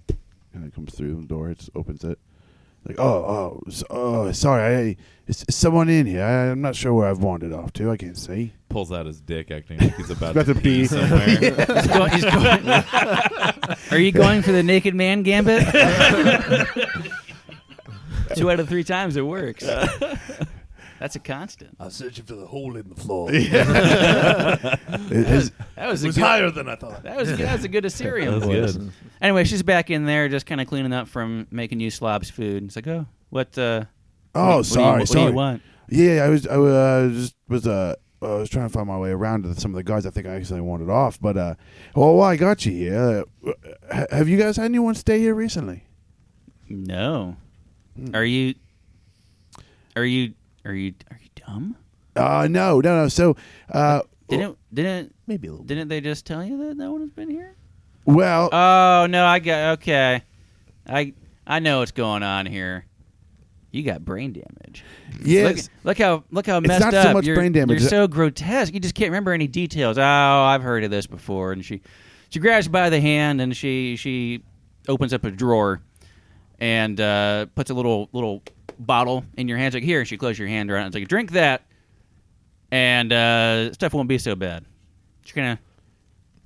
Speaker 9: kind of comes through the door. It just opens it.
Speaker 1: like oh oh s- oh sorry, I, it's, it's someone in here. I, I'm not sure where I've wandered off to. I can't
Speaker 5: *laughs*
Speaker 1: see. *laughs*
Speaker 7: Pulls out his dick, acting like he's about,
Speaker 1: About
Speaker 7: to
Speaker 1: to
Speaker 7: pee
Speaker 1: pee.
Speaker 7: somewhere.
Speaker 1: *laughs*
Speaker 5: He's going- he's going- are you going for the naked man gambit? *laughs* Two out of three times it works. That's a constant.
Speaker 10: I'm searching for the hole in the floor.
Speaker 1: It- his-
Speaker 5: That was,
Speaker 10: It
Speaker 5: a
Speaker 10: was
Speaker 5: good,
Speaker 10: higher than I thought.
Speaker 5: That was a good, that was a good Assyrian
Speaker 7: That's
Speaker 5: voice.
Speaker 7: good.
Speaker 5: Anyway, she's back in there, just kind of cleaning up from making you slobs food. It's like, oh, what? Uh,
Speaker 1: oh
Speaker 5: what
Speaker 1: sorry,
Speaker 5: do you, what
Speaker 1: sorry.
Speaker 5: do you want?
Speaker 1: Yeah, I was I was, uh, just was uh I was trying to find my way around to some of the guys. I think I accidentally wanted off, but uh, well, while I got you here, uh, ha- have you guys had anyone stay here recently?
Speaker 5: No. Are you? Are you? Are you? Are you dumb?
Speaker 1: Uh no, no, no. So, uh,
Speaker 5: Didn't didn't
Speaker 3: Maybe a little. Uh,
Speaker 5: didn't they just tell you that no one has been here?
Speaker 1: well,
Speaker 5: Oh no, I got okay. I I know what's going on here. You got brain damage.
Speaker 1: yes,
Speaker 5: Look, look how look how
Speaker 1: It's
Speaker 5: messed
Speaker 1: not so
Speaker 5: up.
Speaker 1: much
Speaker 5: you're,
Speaker 1: brain damage.
Speaker 5: You're so grotesque. You just can't remember any details. Oh, I've heard of this before. And she she grabs you by the hand and she she opens up a drawer and uh, puts a little little bottle in your hands. Like here, and she closes your hand around. It's like drink that, and uh, stuff won't be so bad. She's gonna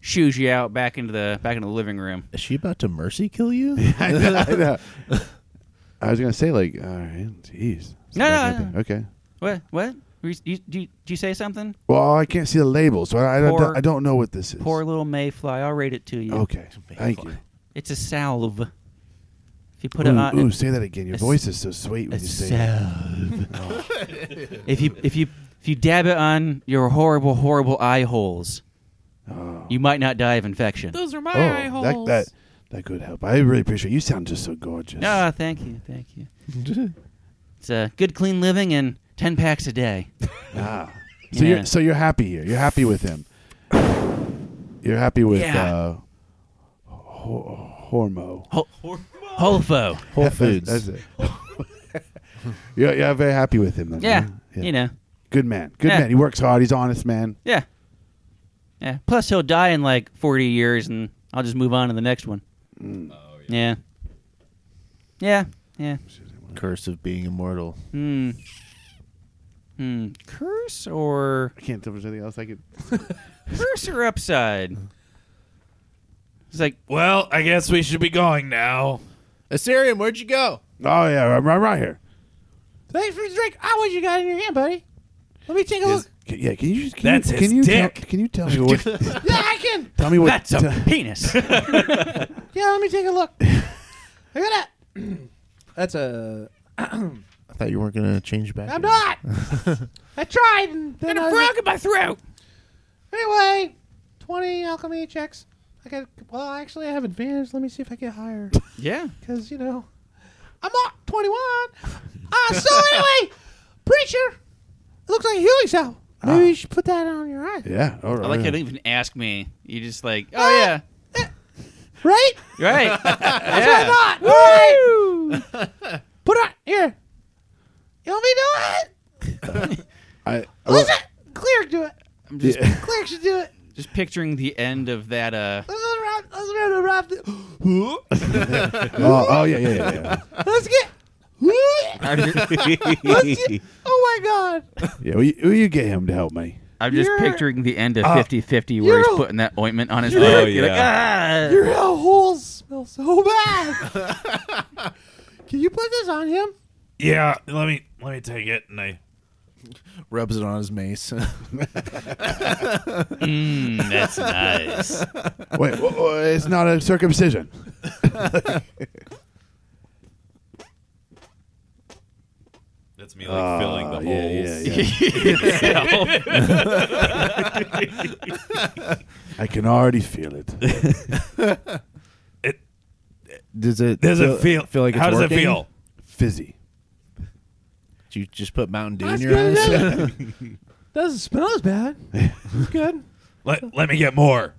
Speaker 5: shoes you out back into the back into the living room.
Speaker 3: Is she about to mercy kill
Speaker 1: *laughs*
Speaker 3: you?
Speaker 5: *laughs*
Speaker 1: I know, I know. I was gonna say like, all right, jeez.
Speaker 5: No, no,
Speaker 1: Okay.
Speaker 5: no.
Speaker 1: okay.
Speaker 5: What what? Were You, you, do you, do you say something?
Speaker 1: Well, I can't see the label, so I, I,
Speaker 5: Poor-
Speaker 1: don't, I don't know what this is.
Speaker 5: Poor little mayfly. I'll rate it to you.
Speaker 1: okay, thank you.
Speaker 5: It's a salve. If you put
Speaker 1: Ooh,
Speaker 5: it on,
Speaker 1: ooh, say that again. Your
Speaker 5: it's-
Speaker 1: voice is so sweet
Speaker 5: a
Speaker 1: when you say. it. *laughs* Oh.
Speaker 5: salve. if you if you if you dab it on your horrible horrible eye holes,
Speaker 1: Oh.
Speaker 5: you might not die of infection.
Speaker 4: Those are my
Speaker 1: Oh, that, that that could help. I really appreciate. It. You sound just so gorgeous.
Speaker 5: No, thank you,
Speaker 1: *laughs*
Speaker 5: thank you. it's a good clean living and ten packs a day.
Speaker 1: Ah. So
Speaker 5: Yeah.
Speaker 1: you're so you're happy here. You're happy with him. You're happy with
Speaker 5: Yeah.
Speaker 1: uh, Ho- Hormo.
Speaker 5: Holfo.
Speaker 3: Whole Foods.
Speaker 1: That's it. *laughs* you're, you're very happy with him. Then,
Speaker 5: Yeah,
Speaker 1: yeah.
Speaker 5: you know,
Speaker 1: Good man. Good
Speaker 5: Yeah.
Speaker 1: man. He works hard. He's honest man.
Speaker 5: yeah, yeah. Plus, he'll die in like forty years, and I'll just move on to the next one.
Speaker 1: Mm.
Speaker 7: Oh, yeah.
Speaker 5: Yeah, yeah, yeah.
Speaker 3: Curse of being immortal.
Speaker 5: Hmm. Hmm. Curse or
Speaker 1: I can't tell if there's anything else I could.
Speaker 5: curse or upside? It's like
Speaker 6: Well, I guess we should be going now.
Speaker 3: Assyrium, where'd you go?
Speaker 1: Oh yeah, I'm, I'm right here.
Speaker 2: Thanks for the drink. I what you got in your hand, buddy. Let me take a look.
Speaker 1: C- yeah, can you just- can
Speaker 6: That's
Speaker 1: you, can
Speaker 6: his
Speaker 1: you
Speaker 6: dick.
Speaker 1: Tell, can you tell me
Speaker 3: *laughs*
Speaker 1: what?
Speaker 2: Yeah, I can.
Speaker 1: tell me what.
Speaker 5: that's a
Speaker 1: tell-
Speaker 5: penis.
Speaker 2: Yeah, let me take a look. I got that. That's a.
Speaker 3: I thought you weren't gonna change back.
Speaker 2: I'm
Speaker 5: *laughs*
Speaker 2: not. I tried. And then I was like-
Speaker 5: in my throat.
Speaker 2: Anyway, 20 alchemy checks. I got, well, actually, I have advantage. Let me see if I get
Speaker 5: *laughs*
Speaker 2: higher.
Speaker 5: Yeah.
Speaker 2: Because, you know, I'm not 21. Uh, so,
Speaker 5: *laughs*
Speaker 2: anyway, Preacher, it looks like a healing salve. Maybe
Speaker 5: Ah.
Speaker 2: you should put that on your eye.
Speaker 1: yeah, all right.
Speaker 5: I like how you don't even ask me. You just like, oh yeah,
Speaker 2: Right?
Speaker 5: *laughs* right. yeah. *laughs*
Speaker 2: Not. All right. put it on. Here. You want me to do it?
Speaker 1: I,
Speaker 2: Listen, Cleric do it.
Speaker 5: I'm
Speaker 2: *laughs*
Speaker 5: just
Speaker 2: Cleric should do it.
Speaker 5: just picturing the end of that. Uh,
Speaker 2: Let's let Rob. Let's let Rob.
Speaker 5: oh,
Speaker 1: oh, oh, yeah, yeah, yeah, yeah.
Speaker 2: Let's get. Let's
Speaker 1: *laughs*
Speaker 2: get oh my god!
Speaker 1: Yeah, will you, will you get him to help me?
Speaker 5: I'm just
Speaker 2: You're-
Speaker 5: picturing the end of
Speaker 6: Uh,
Speaker 5: 50-50 where he's
Speaker 2: you're-
Speaker 5: putting that ointment on his
Speaker 2: you're-
Speaker 5: leg.
Speaker 7: Oh,
Speaker 5: You're like, ah.
Speaker 2: Your hellhole smells so bad. *laughs* Can you put this on him?
Speaker 6: Yeah, let me let me take it and I
Speaker 3: Rubs it on his mace. *laughs*
Speaker 5: Mm, that's nice.
Speaker 1: Wait, wh- wh- it's not a circumcision.
Speaker 7: That's me like filling the
Speaker 1: Uh,
Speaker 7: holes.
Speaker 1: yeah, yeah, yeah. I can already feel it.
Speaker 6: *laughs* it
Speaker 3: Does it?
Speaker 6: does it feel
Speaker 3: feel like? It's
Speaker 6: how does
Speaker 3: working?
Speaker 6: it feel?
Speaker 1: Fizzy.
Speaker 3: Do you just put Mountain Dew in
Speaker 2: That's
Speaker 3: your
Speaker 2: good,
Speaker 3: eyes? *laughs*
Speaker 2: isn't it? Doesn't smell as bad. It's good.
Speaker 6: Let let me get more.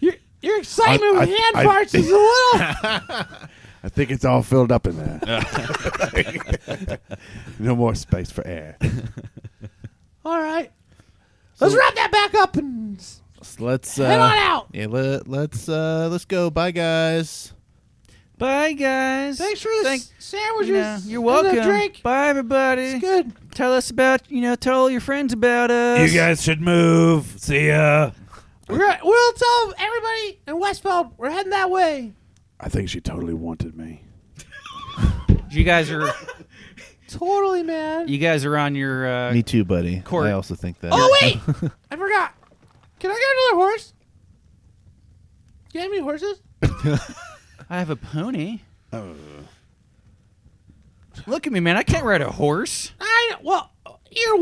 Speaker 2: Your, your excitement
Speaker 1: I-
Speaker 2: with
Speaker 1: I-
Speaker 2: hand
Speaker 1: I- *laughs*
Speaker 2: farts is a little.
Speaker 1: I think it's all filled up in there. *laughs* no more space for air.
Speaker 2: All right. Let's wrap that back up and s-
Speaker 3: So let's uh,
Speaker 2: head on out.
Speaker 3: Yeah, let, let's uh, let's go. Bye, guys.
Speaker 8: Bye, guys.
Speaker 2: Thanks for the
Speaker 8: Thank-
Speaker 2: s- sandwiches.
Speaker 8: you know, you're
Speaker 2: and the
Speaker 8: welcome.
Speaker 2: drink.
Speaker 8: Bye, everybody.
Speaker 2: It's good.
Speaker 8: Tell us about you know. Tell all your friends about uh, us.
Speaker 6: You guys should move. See ya.
Speaker 2: We're, we'll tell everybody in Westfeld we're heading that way.
Speaker 1: I think she totally wanted me.
Speaker 5: you guys are
Speaker 2: Totally, man.
Speaker 5: you guys are on your uh,
Speaker 3: Me too, buddy.
Speaker 5: Court.
Speaker 3: I also think that.
Speaker 2: oh wait,
Speaker 8: *laughs*
Speaker 3: *laughs*
Speaker 2: I forgot. Can I get another horse? Do you have any horses?
Speaker 5: I have a pony. Look at me, man. I can't ride a horse.
Speaker 2: I well, your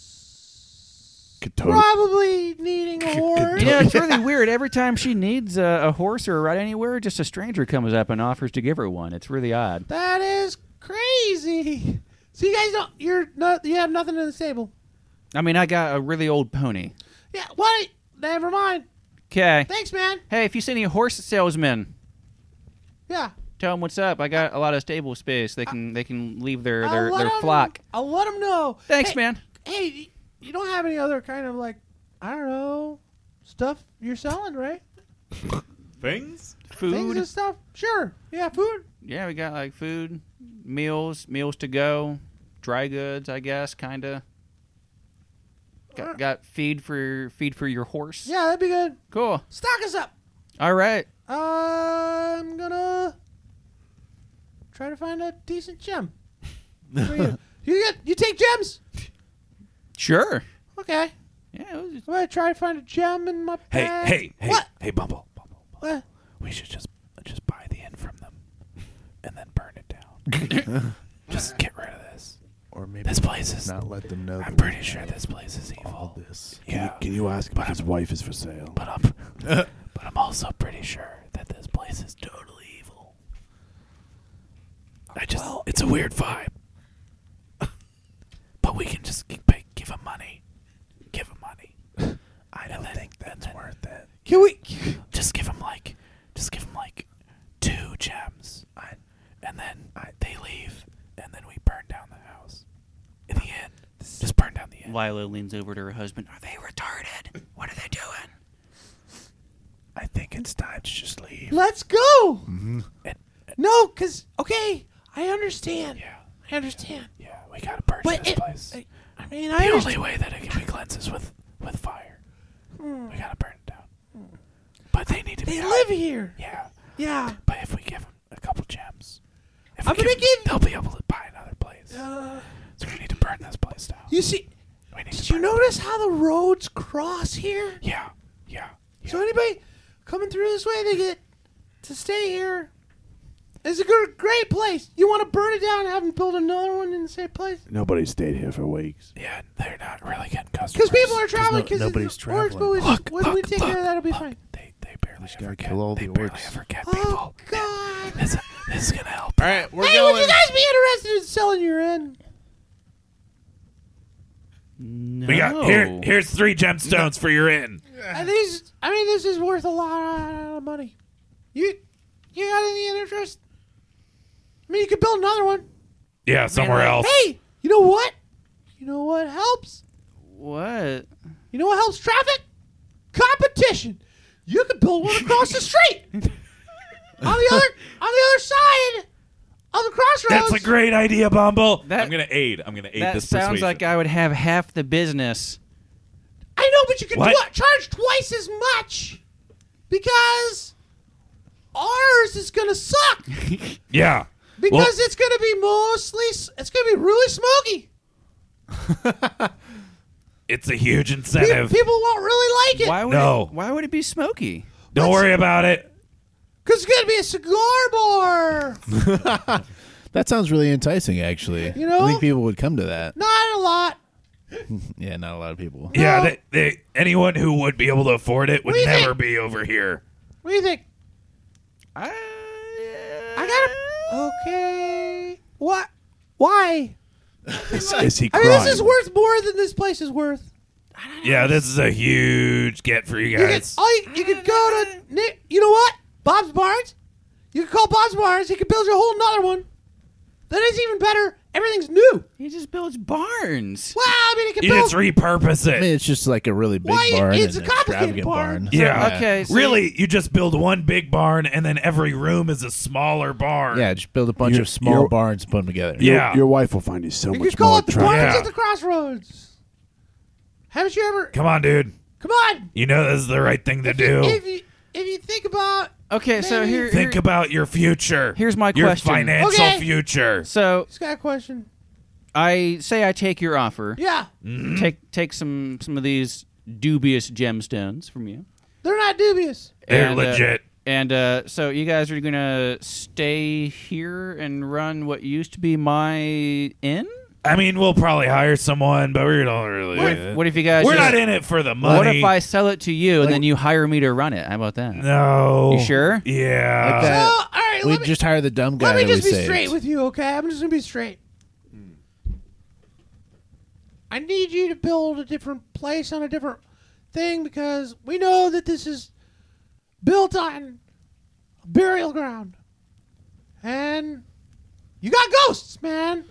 Speaker 2: wife's
Speaker 1: Could totally.
Speaker 2: probably needing a horse.
Speaker 5: *laughs* You know, it's really weird. Every time she needs a, a horse or a ride anywhere, just a stranger comes up and offers to give her one. It's really odd.
Speaker 2: That is crazy. So you guys don't. You're not. You have nothing in the stable.
Speaker 5: I mean, I got a really old pony.
Speaker 2: Yeah. What? Never mind.
Speaker 5: Okay.
Speaker 2: Thanks, man.
Speaker 5: Hey, if you see any horse salesmen,
Speaker 2: Yeah.
Speaker 5: tell them what's up. I got a lot of stable space. They can they can leave their
Speaker 2: I'll
Speaker 5: their,
Speaker 2: let
Speaker 5: their
Speaker 2: 'em-
Speaker 5: flock.
Speaker 2: I'll let them know.
Speaker 5: Thanks,
Speaker 2: Hey-
Speaker 5: man.
Speaker 2: Hey, y- you don't have any other kind of like, I don't know, stuff you're selling, right?
Speaker 7: Things?
Speaker 2: Things
Speaker 5: Food.
Speaker 2: and stuff. Sure. Yeah, food.
Speaker 5: Yeah, we got like food, meals, meals to go, dry goods, I guess, kind of. Got, got feed for feed for your horse.
Speaker 2: Uh. Yeah, that'd be good.
Speaker 5: Cool.
Speaker 2: Stock us up.
Speaker 5: All right.
Speaker 2: I'm gonna try to find a decent gem for
Speaker 6: *laughs*
Speaker 2: you. you get you take gems.
Speaker 5: Sure.
Speaker 2: Okay.
Speaker 5: Yeah. it was-
Speaker 2: I'm gonna try to find a gem in my
Speaker 6: Hey,
Speaker 2: bag. Uh,
Speaker 6: hey, hey,
Speaker 2: What?
Speaker 6: hey, Bumble, Bumble, Bumble.
Speaker 2: What?
Speaker 6: We should just just buy the end from them, and then burn it down. *laughs* just get rid of this.
Speaker 3: Or maybe
Speaker 6: This place is.
Speaker 3: not let them know. that
Speaker 6: I'm
Speaker 3: we
Speaker 6: pretty
Speaker 3: have
Speaker 6: sure this place is evil.
Speaker 3: all this.
Speaker 1: Can,
Speaker 6: *laughs*
Speaker 1: you, can you ask if his wife is for sale?
Speaker 6: But um, I'm, but I'm also pretty sure that this place is totally evil. I just, it's a weird vibe. but we can just keep, pay, give him money. Give him money. *laughs* I don't think that's worth it.
Speaker 2: Can we?
Speaker 6: Just give him like, just give him like two gems. I, and then they leave, and then we burn down the house. In the end, just burn down the end.
Speaker 5: Lila leans over to her husband. Are they retarded? What are they doing?
Speaker 6: I think it's time to just leave.
Speaker 2: Let's go.
Speaker 6: Mm-hmm.
Speaker 2: No, cause okay, I understand.
Speaker 6: Yeah,
Speaker 2: I understand.
Speaker 6: yeah, we gotta burn
Speaker 2: But
Speaker 6: this
Speaker 2: it-
Speaker 6: place.
Speaker 2: I, I mean, I
Speaker 6: The
Speaker 2: understand.
Speaker 6: only way that it can be cleansed is with with fire.
Speaker 5: Hmm.
Speaker 6: We gotta burn it down. But they need to be.
Speaker 2: They
Speaker 6: out.
Speaker 2: live here.
Speaker 6: Yeah,
Speaker 2: Yeah.
Speaker 6: but if we give them a couple gems, if
Speaker 2: I'm
Speaker 6: we
Speaker 2: gonna
Speaker 6: 'em-
Speaker 2: give-
Speaker 6: they'll be able to buy another place.
Speaker 2: Uh,
Speaker 6: So we need to burn this place down.
Speaker 2: you see,
Speaker 6: We need
Speaker 2: did
Speaker 6: to
Speaker 2: you
Speaker 6: burn.
Speaker 2: notice how the roads cross here?
Speaker 6: Yeah, yeah. yeah.
Speaker 2: So anybody coming through this way, they get to stay here. It's a good, great place. You want to burn it down and have them build another one in the same place?
Speaker 1: Nobody stayed here for weeks.
Speaker 6: Yeah, they're not really getting
Speaker 2: Because
Speaker 6: customers.
Speaker 2: people are traveling. Because
Speaker 3: nobody's
Speaker 2: it's works, but
Speaker 3: traveling.
Speaker 2: we,
Speaker 6: Look,
Speaker 2: when we
Speaker 6: look,
Speaker 2: take care
Speaker 6: look,
Speaker 2: of that, it'll be
Speaker 6: look.
Speaker 2: fine.
Speaker 6: They, they barely
Speaker 3: Just
Speaker 6: ever
Speaker 3: gotta
Speaker 6: get.
Speaker 3: kill all
Speaker 6: they
Speaker 3: the
Speaker 6: barely
Speaker 3: orcs.
Speaker 6: ever get
Speaker 2: Oh
Speaker 6: people.
Speaker 2: God!
Speaker 6: This, this is gonna help.
Speaker 3: All right, we're
Speaker 2: Hey,
Speaker 3: going.
Speaker 2: would you guys be interested in selling your inn?
Speaker 5: No.
Speaker 6: We got here. Here's three gemstones for your inn.
Speaker 2: I think this- I mean, this is worth a lot of money. You, you got any interest? I mean, you could build another one.
Speaker 6: Yeah, somewhere else.
Speaker 3: Oh.
Speaker 2: Hey, you know what? You know what helps?
Speaker 5: What?
Speaker 2: You know what helps traffic? Competition. You could build one across the
Speaker 6: *laughs*
Speaker 2: street. on the other on the other side of the crossroads.
Speaker 6: That's a great idea, Bumble.
Speaker 5: That,
Speaker 7: I'm gonna aid. I'm gonna aid
Speaker 5: that
Speaker 7: this
Speaker 5: sounds
Speaker 7: persuasion.
Speaker 5: like I would have half the business.
Speaker 2: I know, but you could
Speaker 6: What?
Speaker 2: tw- charge twice as much because ours is gonna
Speaker 6: *laughs*
Speaker 2: suck because
Speaker 6: Yeah.
Speaker 2: it's gonna be mostly s- it's gonna be really smoky.
Speaker 6: It's a huge
Speaker 2: Pe-
Speaker 6: incentive.
Speaker 2: people won't really like it.
Speaker 5: Why would
Speaker 6: No.
Speaker 5: it, why would it be smoky?
Speaker 6: Don't worry about it.
Speaker 2: Cause it's gonna be a cigar bar.
Speaker 6: *laughs*
Speaker 3: That sounds really enticing, actually.
Speaker 2: You know?
Speaker 3: I think people would come to that.
Speaker 2: Not a lot.
Speaker 3: Yeah, not a lot of people.
Speaker 6: Yeah, they, they, anyone who would be able to afford it would
Speaker 2: What do you
Speaker 6: never
Speaker 2: think?
Speaker 6: be over here.
Speaker 2: What do you think?
Speaker 5: I,
Speaker 2: I gotta. Okay. What? Why?
Speaker 1: *laughs* Is he
Speaker 2: I
Speaker 1: crying?
Speaker 2: mean, this is worth more than this place is worth.
Speaker 6: Yeah, this is a huge get for you
Speaker 2: You could,
Speaker 6: guys.
Speaker 2: all you, you could go to Nick. You know what? Bob's Barnes. You could call Bob's Barnes. He could build you a whole another one. That is even better. Everything's new.
Speaker 5: He just builds barns.
Speaker 2: Wow. I mean, it could
Speaker 6: You
Speaker 2: build.
Speaker 6: just repurpose
Speaker 3: I
Speaker 6: it.
Speaker 3: mean, it's just like a really big
Speaker 2: Why, it-
Speaker 3: barn.
Speaker 2: it's
Speaker 3: and
Speaker 2: a complicated
Speaker 3: extravagant
Speaker 2: barn.
Speaker 6: Yeah.
Speaker 5: Okay, so-
Speaker 6: really, you just build one big barn, and then every room is a smaller barn.
Speaker 3: Yeah, just build a bunch
Speaker 1: You're-
Speaker 3: of small
Speaker 1: you're-
Speaker 3: barns, put them together.
Speaker 6: Yeah.
Speaker 1: Your, your wife will find you so
Speaker 2: you
Speaker 1: much
Speaker 2: could call
Speaker 1: more
Speaker 2: it the
Speaker 1: attractive.
Speaker 2: Barnes
Speaker 6: Yeah.
Speaker 2: at the Crossroads. Haven't you ever?
Speaker 6: Come on, dude.
Speaker 2: Come on.
Speaker 6: You know this is the right thing to do.
Speaker 2: If you if you think about
Speaker 5: Okay, so
Speaker 2: Maybe.
Speaker 5: here, here-
Speaker 6: Think about your future.
Speaker 5: Here's my
Speaker 6: your
Speaker 5: question.
Speaker 6: financial
Speaker 2: Okay.
Speaker 6: future.
Speaker 5: so
Speaker 2: this guy question.
Speaker 5: I say I take your offer. Mm-hmm.
Speaker 2: Yeah,
Speaker 5: Take take some some of these dubious gemstones from you.
Speaker 2: they're not dubious.
Speaker 6: They're
Speaker 5: And, uh,
Speaker 6: legit.
Speaker 5: and uh, so you guys are gonna stay here and run what used to be my inn.
Speaker 6: I mean, we'll probably hire someone, but we don't really.
Speaker 5: What if, what if you guys?
Speaker 6: Uh, We're
Speaker 5: just-
Speaker 6: not in it for the money.
Speaker 5: What if I sell it to you and then you hire me to run it? How about that?
Speaker 6: No.
Speaker 5: You sure?
Speaker 6: Yeah.
Speaker 3: Like that.
Speaker 2: oh, all right.
Speaker 3: We
Speaker 2: Let me,
Speaker 3: just hire the dumb guy.
Speaker 2: let me
Speaker 3: that
Speaker 2: just
Speaker 3: we
Speaker 2: be
Speaker 3: saved.
Speaker 2: straight with you, okay? I'm just gonna be straight. I need you to build a different place on a different thing because we know that this is built on a burial ground, and you got ghosts, man.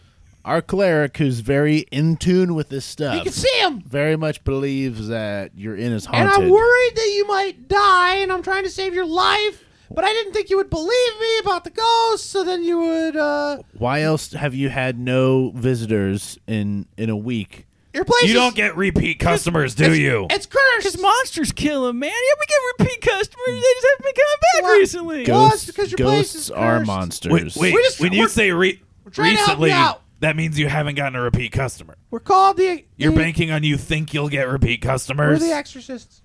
Speaker 3: Our cleric, who's very in tune with this
Speaker 2: You
Speaker 3: stuff,
Speaker 2: can see them.
Speaker 3: very much believes that your inn is
Speaker 2: And
Speaker 3: haunted.
Speaker 2: I'm worried that you might die, and I'm trying to save your life. But I didn't think you would believe me about the ghosts, so then you would. uh
Speaker 3: Why else have you had no visitors in in a week?
Speaker 2: Your place.
Speaker 6: You
Speaker 2: is-
Speaker 6: don't get repeat customers, do
Speaker 2: it's,
Speaker 6: you?
Speaker 2: It's cursed.
Speaker 8: Because monsters kill them, man. Yeah, we get repeat customers. They just haven't been coming back
Speaker 2: Well,
Speaker 8: recently.
Speaker 2: Well, it's because your place
Speaker 3: ghosts
Speaker 2: is
Speaker 3: are
Speaker 2: cursed.
Speaker 6: wait,
Speaker 3: monsters.
Speaker 6: wait.
Speaker 2: We just-
Speaker 6: when you
Speaker 2: we're-
Speaker 6: say re-
Speaker 2: trying to help
Speaker 6: recently,
Speaker 2: you out.
Speaker 6: that means you haven't gotten a repeat customer.
Speaker 2: We're called the.
Speaker 6: You're
Speaker 2: the,
Speaker 6: banking on you think you'll get repeat
Speaker 2: We're
Speaker 6: customers.
Speaker 2: Mm-hmm. the exorcists.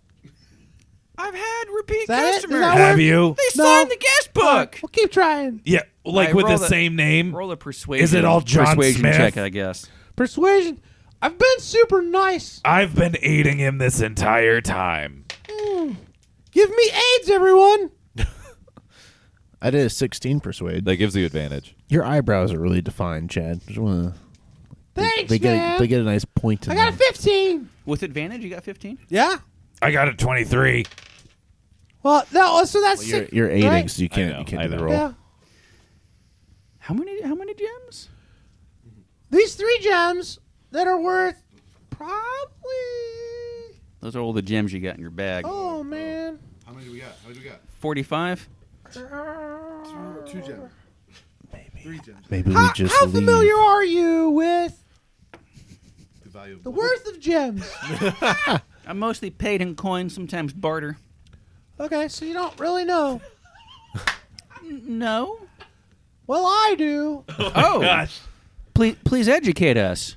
Speaker 8: I've had repeat
Speaker 2: Is that it? Is
Speaker 8: customers.
Speaker 2: that
Speaker 6: Have you?
Speaker 8: They
Speaker 2: No.
Speaker 8: signed the guest book.
Speaker 2: We'll keep trying.
Speaker 6: Yeah, like
Speaker 5: Alright,
Speaker 6: with the
Speaker 5: roll the-
Speaker 6: same name.
Speaker 5: Roll a persuasion.
Speaker 6: Is it all John
Speaker 5: persuasion
Speaker 6: Smith?
Speaker 5: check? uh, I guess.
Speaker 2: Persuasion. I've been super nice.
Speaker 6: I've been aiding him this entire time.
Speaker 2: Give me AIDS, everyone.
Speaker 3: I did a sixteen persuade.
Speaker 7: that gives you advantage.
Speaker 3: your eyebrows are really defined, Chad. Just wanna-
Speaker 2: Thanks,
Speaker 3: they get
Speaker 2: man.
Speaker 3: a, they get a nice point. To
Speaker 2: I got a
Speaker 3: them.
Speaker 2: 15.
Speaker 5: With advantage, you got fifteen.
Speaker 2: Yeah.
Speaker 6: I got a 23.
Speaker 2: Well, that was so that's
Speaker 3: Well, you're,
Speaker 2: six,
Speaker 3: you're aiding,
Speaker 2: right?
Speaker 3: so you
Speaker 7: I
Speaker 3: can't
Speaker 7: know,
Speaker 3: you can't
Speaker 7: I
Speaker 3: do the
Speaker 7: know.
Speaker 3: roll.
Speaker 2: Yeah.
Speaker 5: How many? How many gems?
Speaker 2: These three gems that are worth probably.
Speaker 5: Those are all the gems you got in your bag.
Speaker 2: Oh man.
Speaker 11: How many do we got? How many do we got?
Speaker 5: Forty-five.
Speaker 11: Two gems. Three gems.
Speaker 3: Maybe
Speaker 2: How,
Speaker 3: we just
Speaker 2: how
Speaker 3: leave.
Speaker 2: familiar are you with
Speaker 11: The value of
Speaker 2: the worth of gems?
Speaker 5: I'm mostly paid in coin, sometimes barter.
Speaker 2: okay, so you don't really know.
Speaker 5: No.
Speaker 2: Well, I do.
Speaker 5: Oh, please, please educate us.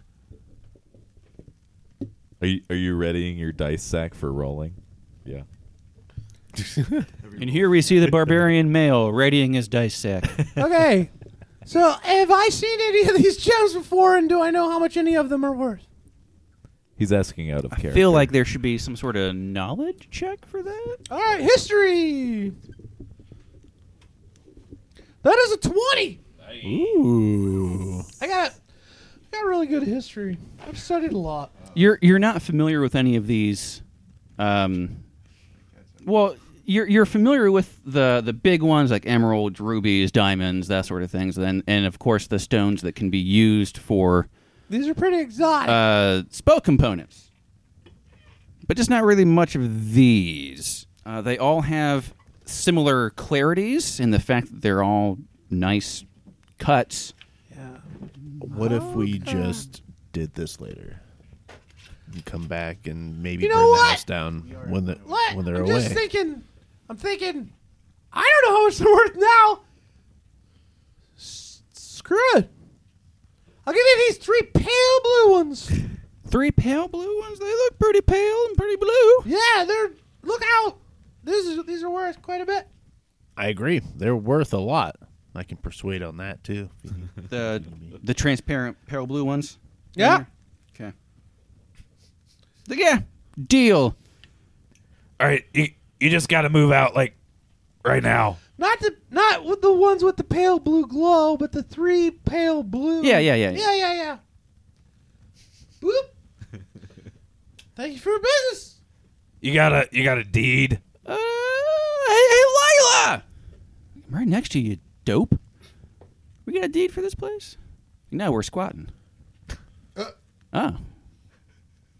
Speaker 7: Are you, are you readying your dice sack for rolling? Yeah.
Speaker 5: And here we see the barbarian male raiding his dice
Speaker 7: *laughs*
Speaker 5: sack.
Speaker 2: Okay. So, have I seen any of these gems before, and do I know how much any of them are worth?
Speaker 7: He's asking out of character.
Speaker 5: Feel like there should be some sort of knowledge check for that.
Speaker 2: All right, history. That is a twenty.
Speaker 3: Ooh.
Speaker 2: I got, I got really good history. I've studied a lot.
Speaker 5: You're you're not familiar with any of these. Um, well, you're you're familiar with the the big ones like emeralds, rubies, diamonds, that sort of things, and and of course the stones that can be used for
Speaker 2: These are pretty exotic.
Speaker 5: uh, spell components, but just not really much of these. Uh, they all have similar clarities in the fact that they're all nice cuts.
Speaker 3: What if we just did this later? And come back and maybe
Speaker 2: You know
Speaker 3: burn the
Speaker 2: what?
Speaker 3: house down when the,
Speaker 2: Let-
Speaker 3: when they're
Speaker 2: I'm
Speaker 3: away.
Speaker 2: just thinking. I'm thinking. I don't know how much they're worth now. S- screw it. I'll give you these three pale blue
Speaker 3: *laughs*
Speaker 2: ones.
Speaker 5: Three pale blue ones. They look pretty pale and pretty blue.
Speaker 2: Yeah, they're look out. This is these are worth quite a bit.
Speaker 3: I agree. They're worth a lot. I can persuade on that too.
Speaker 5: The the transparent pale blue ones.
Speaker 2: Yeah.
Speaker 5: Okay. Like, yeah. Deal.
Speaker 4: All right, you, you just got to move out like right now.
Speaker 2: Not the not with the ones with the pale blue glow, but the three pale blue.
Speaker 5: Yeah, yeah, yeah, yeah.
Speaker 2: yeah, yeah, yeah. Boop.
Speaker 3: *laughs*
Speaker 2: Thank you for your business.
Speaker 4: You got to you got a deed.
Speaker 5: Uh, hey, hey, Lila! I'm right next to you, you dope. We got a deed for this place? No, we're squatting. oh.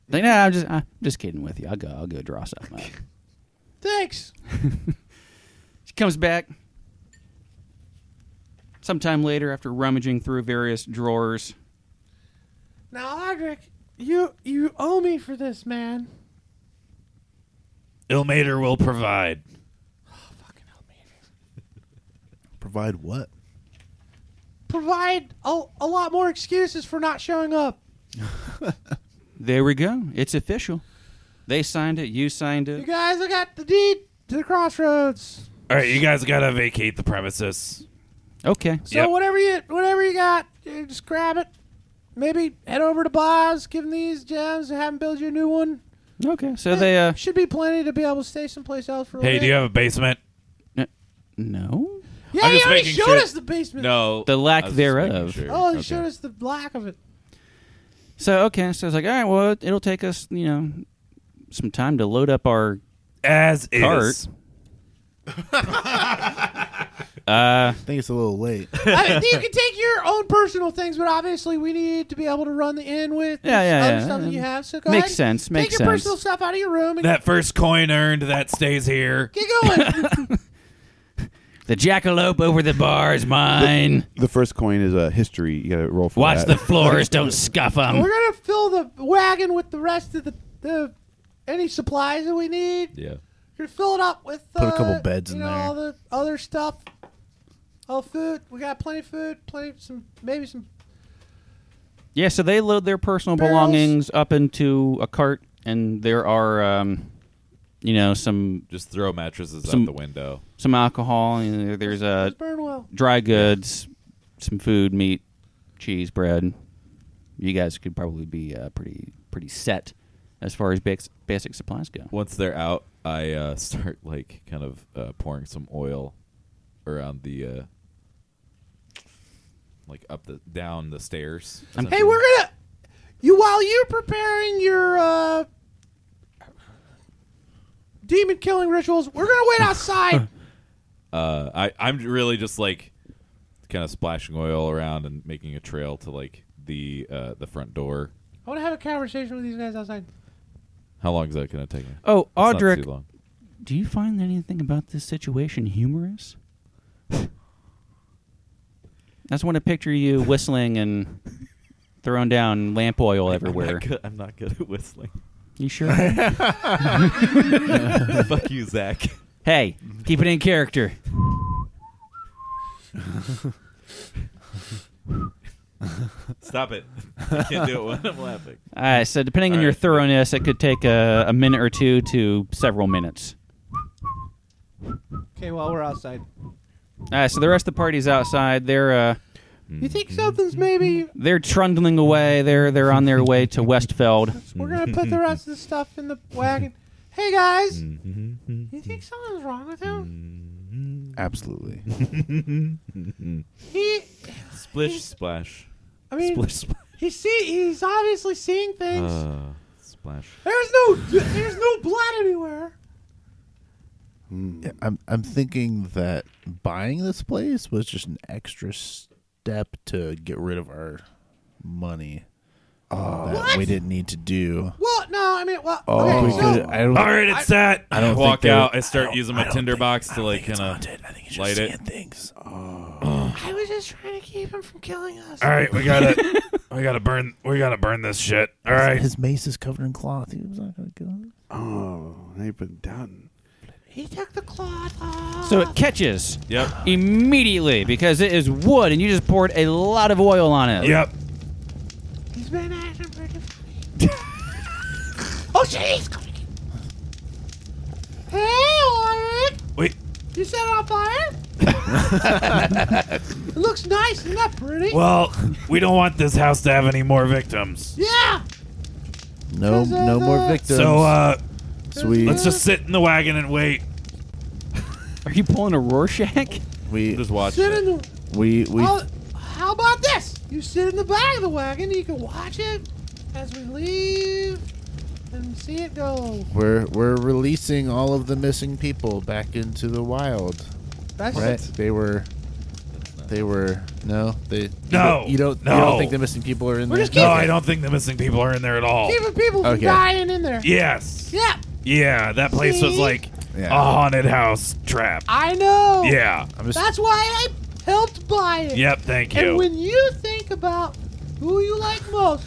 Speaker 5: Like, no, I'm just, I'm just kidding with you. I'll go, I'll go draw something up.
Speaker 2: Thanks.
Speaker 5: *laughs* She comes back sometime later after rummaging through various drawers.
Speaker 2: Now, Audric, you you owe me for this, man.
Speaker 4: Ilmater will provide.
Speaker 3: Provide what?
Speaker 2: Provide a, a lot more excuses for not showing up.
Speaker 5: There we go. It's official. They signed it. You signed
Speaker 2: You
Speaker 5: it.
Speaker 2: guys, I got the deed to the crossroads.
Speaker 4: All right, you guys got to vacate the premises.
Speaker 5: Okay.
Speaker 2: So
Speaker 4: Yep.
Speaker 2: whatever you whatever you got, you just grab it. Maybe head over to Boz, give him these gems, and have him build you a new one.
Speaker 5: Okay. So they, uh,
Speaker 2: Should be plenty to be able to stay someplace else for a
Speaker 4: Hey,
Speaker 2: little
Speaker 4: do you have a basement?
Speaker 5: n- no?
Speaker 2: bit. Yeah,
Speaker 7: I'm
Speaker 2: he
Speaker 7: just
Speaker 2: already
Speaker 7: making
Speaker 2: showed
Speaker 7: sure-
Speaker 2: us the basement.
Speaker 7: No,
Speaker 5: The lack
Speaker 7: I was just making
Speaker 5: thereof.
Speaker 7: sure.
Speaker 2: Oh, he
Speaker 7: Okay.
Speaker 2: showed us the lack
Speaker 7: *laughs*
Speaker 2: of it.
Speaker 5: So okay, so it's like, all right, well, it- it'll take us, you know, some time to load up our
Speaker 4: As is.
Speaker 5: cart.
Speaker 3: I think it's a little late.
Speaker 2: I, you can take your own personal things, but obviously we need to be able to run the inn with
Speaker 5: Yeah, yeah,
Speaker 2: other
Speaker 5: yeah.
Speaker 2: stuff that you have. So go
Speaker 5: Makes
Speaker 2: ahead.
Speaker 5: sense,
Speaker 2: Take
Speaker 5: makes
Speaker 2: your
Speaker 5: sense.
Speaker 2: personal stuff out of your room and
Speaker 4: That first coin earned that stays here.
Speaker 2: get
Speaker 3: *laughs*
Speaker 2: going.
Speaker 5: The jackalope over the bar is mine. *laughs*
Speaker 9: The first coin is a history. You gotta roll for
Speaker 5: Watch
Speaker 9: that.
Speaker 5: the
Speaker 1: *laughs*
Speaker 5: floors, don't scuff them.
Speaker 2: We're gonna fill the wagon with the rest of the, the any supplies that we need.
Speaker 7: Yeah.
Speaker 2: You're fill it up with
Speaker 3: Put a
Speaker 2: uh,
Speaker 3: couple beds
Speaker 2: you
Speaker 3: in
Speaker 2: know,
Speaker 3: there.
Speaker 2: All the other stuff, all food. We got plenty of food, plenty of some maybe some.
Speaker 5: Yeah, so they load their personal
Speaker 2: Barrels.
Speaker 5: belongings up into a cart, and there are, um, you know, some
Speaker 7: Just throw mattresses
Speaker 5: Some-
Speaker 7: out the window.
Speaker 5: some alcohol. And there- there's
Speaker 3: Uh,
Speaker 5: a
Speaker 2: burn well.
Speaker 5: dry goods, some food, meat, cheese, bread. You guys could probably be uh, pretty pretty set as far as bas- basic supplies go.
Speaker 7: Once they're out, I uh, *laughs* start like kind of uh, pouring some oil around the uh, like up the down the stairs.
Speaker 2: Hey, we're gonna you while you're preparing your uh, demon killing rituals. We're gonna wait
Speaker 3: *laughs*
Speaker 2: outside.
Speaker 7: uh, I I'm really just like kind of splashing oil around and making a trail to like the uh, the front door.
Speaker 2: I want to have a conversation with these guys outside.
Speaker 7: How long is that gonna take me?
Speaker 5: Oh,
Speaker 7: It's not
Speaker 5: Audric,
Speaker 7: too long.
Speaker 5: do you find anything about this situation humorous? I just want to picture you whistling and throwing down lamp
Speaker 6: *laughs*
Speaker 5: oil
Speaker 7: I'm
Speaker 5: everywhere.
Speaker 7: not, good, I'm not good at *laughs* whistling.
Speaker 5: You sure?
Speaker 7: Fuck you, Zach.
Speaker 5: *laughs* hey, keep it in character.
Speaker 7: Stop it. I can't do it when I'm laughing.
Speaker 5: All right, so depending on
Speaker 7: All
Speaker 5: your
Speaker 7: right.
Speaker 5: thoroughness, it could take a, a minute or two to several minutes.
Speaker 2: Okay, while we're outside,
Speaker 5: All right, so the rest of the party's outside. They're uh,
Speaker 2: you
Speaker 3: Mm-hmm.
Speaker 2: think something's maybe
Speaker 5: they're trundling away. They're they're on their way to Westfeld.
Speaker 2: We're gonna put the rest of the stuff in the
Speaker 3: *laughs*
Speaker 2: wagon. Hey guys,
Speaker 3: Mm-hmm.
Speaker 2: you think something's wrong with him?
Speaker 1: *laughs*
Speaker 3: Absolutely. Mm.
Speaker 2: He,
Speaker 7: Splish splash.
Speaker 2: I mean,
Speaker 7: Splish splash.
Speaker 2: he see, he's obviously seeing things.
Speaker 7: Uh, splash.
Speaker 2: there's no, there's no blood anywhere.
Speaker 3: *laughs* Yeah, I'm I'm thinking that buying this place was just an extra step to get rid of our money that we didn't need to do.
Speaker 7: Well, no, I mean, well,
Speaker 3: Oh,
Speaker 7: okay,
Speaker 3: we
Speaker 7: so-
Speaker 3: could- I don't-
Speaker 6: All right, it's that.
Speaker 3: I don't
Speaker 6: walk
Speaker 3: think they-
Speaker 6: out. I start using
Speaker 3: I
Speaker 6: my
Speaker 3: don't
Speaker 6: tinder
Speaker 3: think-
Speaker 6: box
Speaker 3: I
Speaker 6: to
Speaker 3: don't
Speaker 6: like
Speaker 3: think it's
Speaker 6: kind of
Speaker 3: haunted. I think it's just
Speaker 6: light it.
Speaker 3: seeing things.
Speaker 2: I was just trying to keep him from killing us.
Speaker 3: Uh.
Speaker 4: All right, we gotta, we gotta burn, we gotta burn this shit. All
Speaker 3: His-
Speaker 4: right,
Speaker 3: His mace is covered in cloth. He was not going to go.
Speaker 12: Oh, they've been done.
Speaker 2: He took the cloth off.
Speaker 5: So it catches
Speaker 6: Yep.
Speaker 5: immediately because it is wood, and you just poured a lot of oil on it.
Speaker 4: yep.
Speaker 2: He's been acting pretty funny. *laughs* oh, shit, he's coming. Hey, Ulrich.
Speaker 4: Wait,
Speaker 2: You set it on fire? it looks nice. Isn't that pretty?
Speaker 4: well, we don't want this house to have any more victims.
Speaker 2: Yeah.
Speaker 3: No,
Speaker 2: Cause of
Speaker 3: no more
Speaker 2: the-
Speaker 3: victims.
Speaker 4: So, uh,
Speaker 3: Sweet.
Speaker 4: let's just sit in the wagon and wait.
Speaker 5: Are you pulling a Rorschach?
Speaker 3: we
Speaker 6: Just watch.
Speaker 2: Sit
Speaker 6: it.
Speaker 2: in the.
Speaker 3: we we
Speaker 2: Oh, how about this? You sit in the back of the wagon. You can watch it as we leave and see it go.
Speaker 3: we're we're releasing all of the missing people back into the wild.
Speaker 7: That's
Speaker 3: Right? They were. They were no. They you
Speaker 4: No,
Speaker 3: don't- You don't. You
Speaker 4: no.
Speaker 3: don't think the missing people are in there?
Speaker 2: just
Speaker 4: No, I don't think the missing people are in there at all.
Speaker 2: Keeping people from
Speaker 3: Okay.
Speaker 2: dying in there.
Speaker 4: Yes.
Speaker 2: Yeah,
Speaker 4: Yeah, that place was
Speaker 2: See?
Speaker 4: like
Speaker 3: Yeah.
Speaker 4: a haunted house trap.
Speaker 2: I know.
Speaker 4: Yeah.
Speaker 3: I'm just.
Speaker 2: That's why I helped buy it.
Speaker 4: Yep. Thank
Speaker 2: And
Speaker 4: you.
Speaker 2: when you think about who you like most,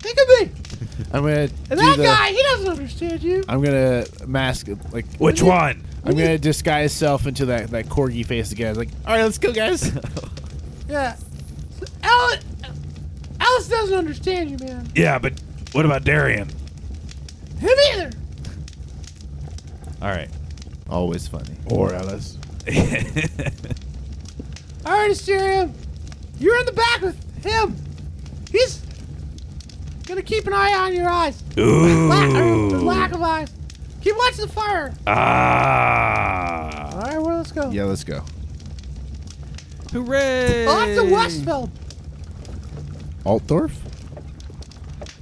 Speaker 2: think of me.
Speaker 3: I'm gonna do
Speaker 2: And that
Speaker 3: the.
Speaker 2: guy, he doesn't understand you.
Speaker 3: I'm gonna mask like.
Speaker 4: Which one?
Speaker 3: I'm gonna disguise self into that that corgi face again. Like, all right, let's go,
Speaker 7: *laughs*
Speaker 3: guys.
Speaker 2: Yeah. Alice, Alice doesn't understand you, man.
Speaker 4: Yeah, but what about Darian?
Speaker 2: Him either.
Speaker 6: All
Speaker 3: *laughs*
Speaker 6: right.
Speaker 3: Always funny.
Speaker 12: Or Ellis.
Speaker 2: All right, Asterium. You're in the back with him. He's gonna keep an eye on your eyes. Lack, or
Speaker 4: Ooh.
Speaker 2: lack of eyes. Keep watching the fire.
Speaker 4: Ah.
Speaker 2: All right, well, let's go.
Speaker 3: Yeah, let's go.
Speaker 5: Hooray!
Speaker 2: Off to Westfeld.
Speaker 3: Altdorf.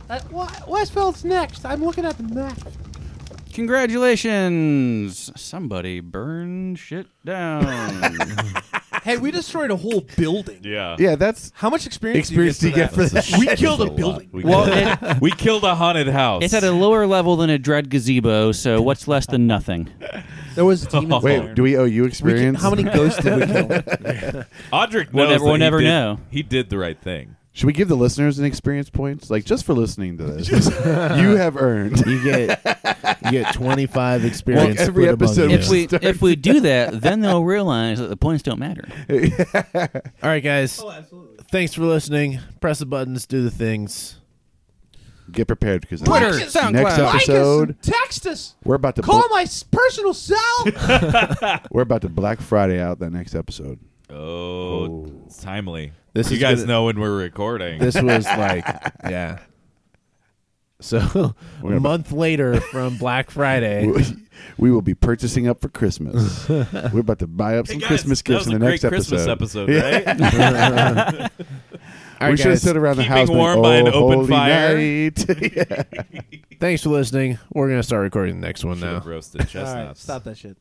Speaker 2: Uh, Wa- Westfeld's next. I'm looking at the map.
Speaker 5: Congratulations! Somebody burned shit down.
Speaker 7: hey, we destroyed a whole building.
Speaker 6: Yeah.
Speaker 1: Yeah, that's
Speaker 7: How much experience,
Speaker 1: experience
Speaker 7: do
Speaker 1: you
Speaker 7: you get
Speaker 1: get
Speaker 7: for
Speaker 1: for
Speaker 7: that?
Speaker 1: this.
Speaker 7: We killed a
Speaker 6: lot.
Speaker 7: building.
Speaker 6: We
Speaker 5: Well,
Speaker 6: killed, *laughs* we killed a haunted house.
Speaker 5: *laughs*
Speaker 6: *laughs*
Speaker 5: it's at a lower level than a dread gazebo, so what's less than nothing?
Speaker 3: *laughs*
Speaker 7: There was demons.
Speaker 1: Wait, do we owe you experience?
Speaker 7: how many ghosts did we kill?
Speaker 6: Audric knows
Speaker 5: We'll never-
Speaker 6: that
Speaker 5: we'll
Speaker 6: he
Speaker 5: never
Speaker 6: did-
Speaker 5: know.
Speaker 6: He did the right thing.
Speaker 1: Should we give the listeners an experience points? Like just for listening to this, *laughs* you have earned.
Speaker 3: You get *laughs* you get 25 experience.
Speaker 1: Well, every
Speaker 3: split
Speaker 1: episode
Speaker 3: among you.
Speaker 5: If we if we do that, then they'll realize that the points don't matter.
Speaker 3: All right, guys. Thanks for listening. Press the buttons. Do the things.
Speaker 1: Get prepared because
Speaker 5: Twitter,
Speaker 1: next,
Speaker 5: SoundCloud.
Speaker 1: next
Speaker 5: Like
Speaker 2: Like us
Speaker 1: episode
Speaker 2: and text us.
Speaker 1: we're about to
Speaker 2: Call
Speaker 1: bl-
Speaker 2: my s- personal cell.
Speaker 1: we're about to Black Friday out that next episode.
Speaker 6: Oh,
Speaker 1: Oh.
Speaker 6: it's timely.
Speaker 3: This
Speaker 6: you
Speaker 3: is
Speaker 6: guys
Speaker 3: gonna-
Speaker 6: know when we're recording.
Speaker 3: This was like *laughs* yeah. *laughs* So a month later from Black *laughs* Friday.
Speaker 1: *laughs* We will be purchasing up for
Speaker 6: *laughs*
Speaker 1: Christmas. we're about to buy up
Speaker 6: Hey,
Speaker 1: some
Speaker 6: guys,
Speaker 1: Christmas
Speaker 6: that
Speaker 1: gifts
Speaker 6: was
Speaker 1: in
Speaker 6: a
Speaker 1: the next
Speaker 6: great Christmas
Speaker 1: episode. *laughs*
Speaker 6: episode,
Speaker 1: Yeah.
Speaker 6: right?
Speaker 3: All
Speaker 1: we
Speaker 3: right,
Speaker 1: should have
Speaker 3: guys.
Speaker 1: stood around the
Speaker 6: Keeping
Speaker 1: house. and
Speaker 6: warm
Speaker 1: oh,
Speaker 6: by an open
Speaker 1: holy
Speaker 6: fire."
Speaker 1: night.
Speaker 6: *laughs*
Speaker 1: Yeah.
Speaker 3: Thanks for listening. We're gonna start recording the next one now.
Speaker 6: Oh, Roasted
Speaker 7: All right,
Speaker 6: chestnuts.
Speaker 7: stop that shit.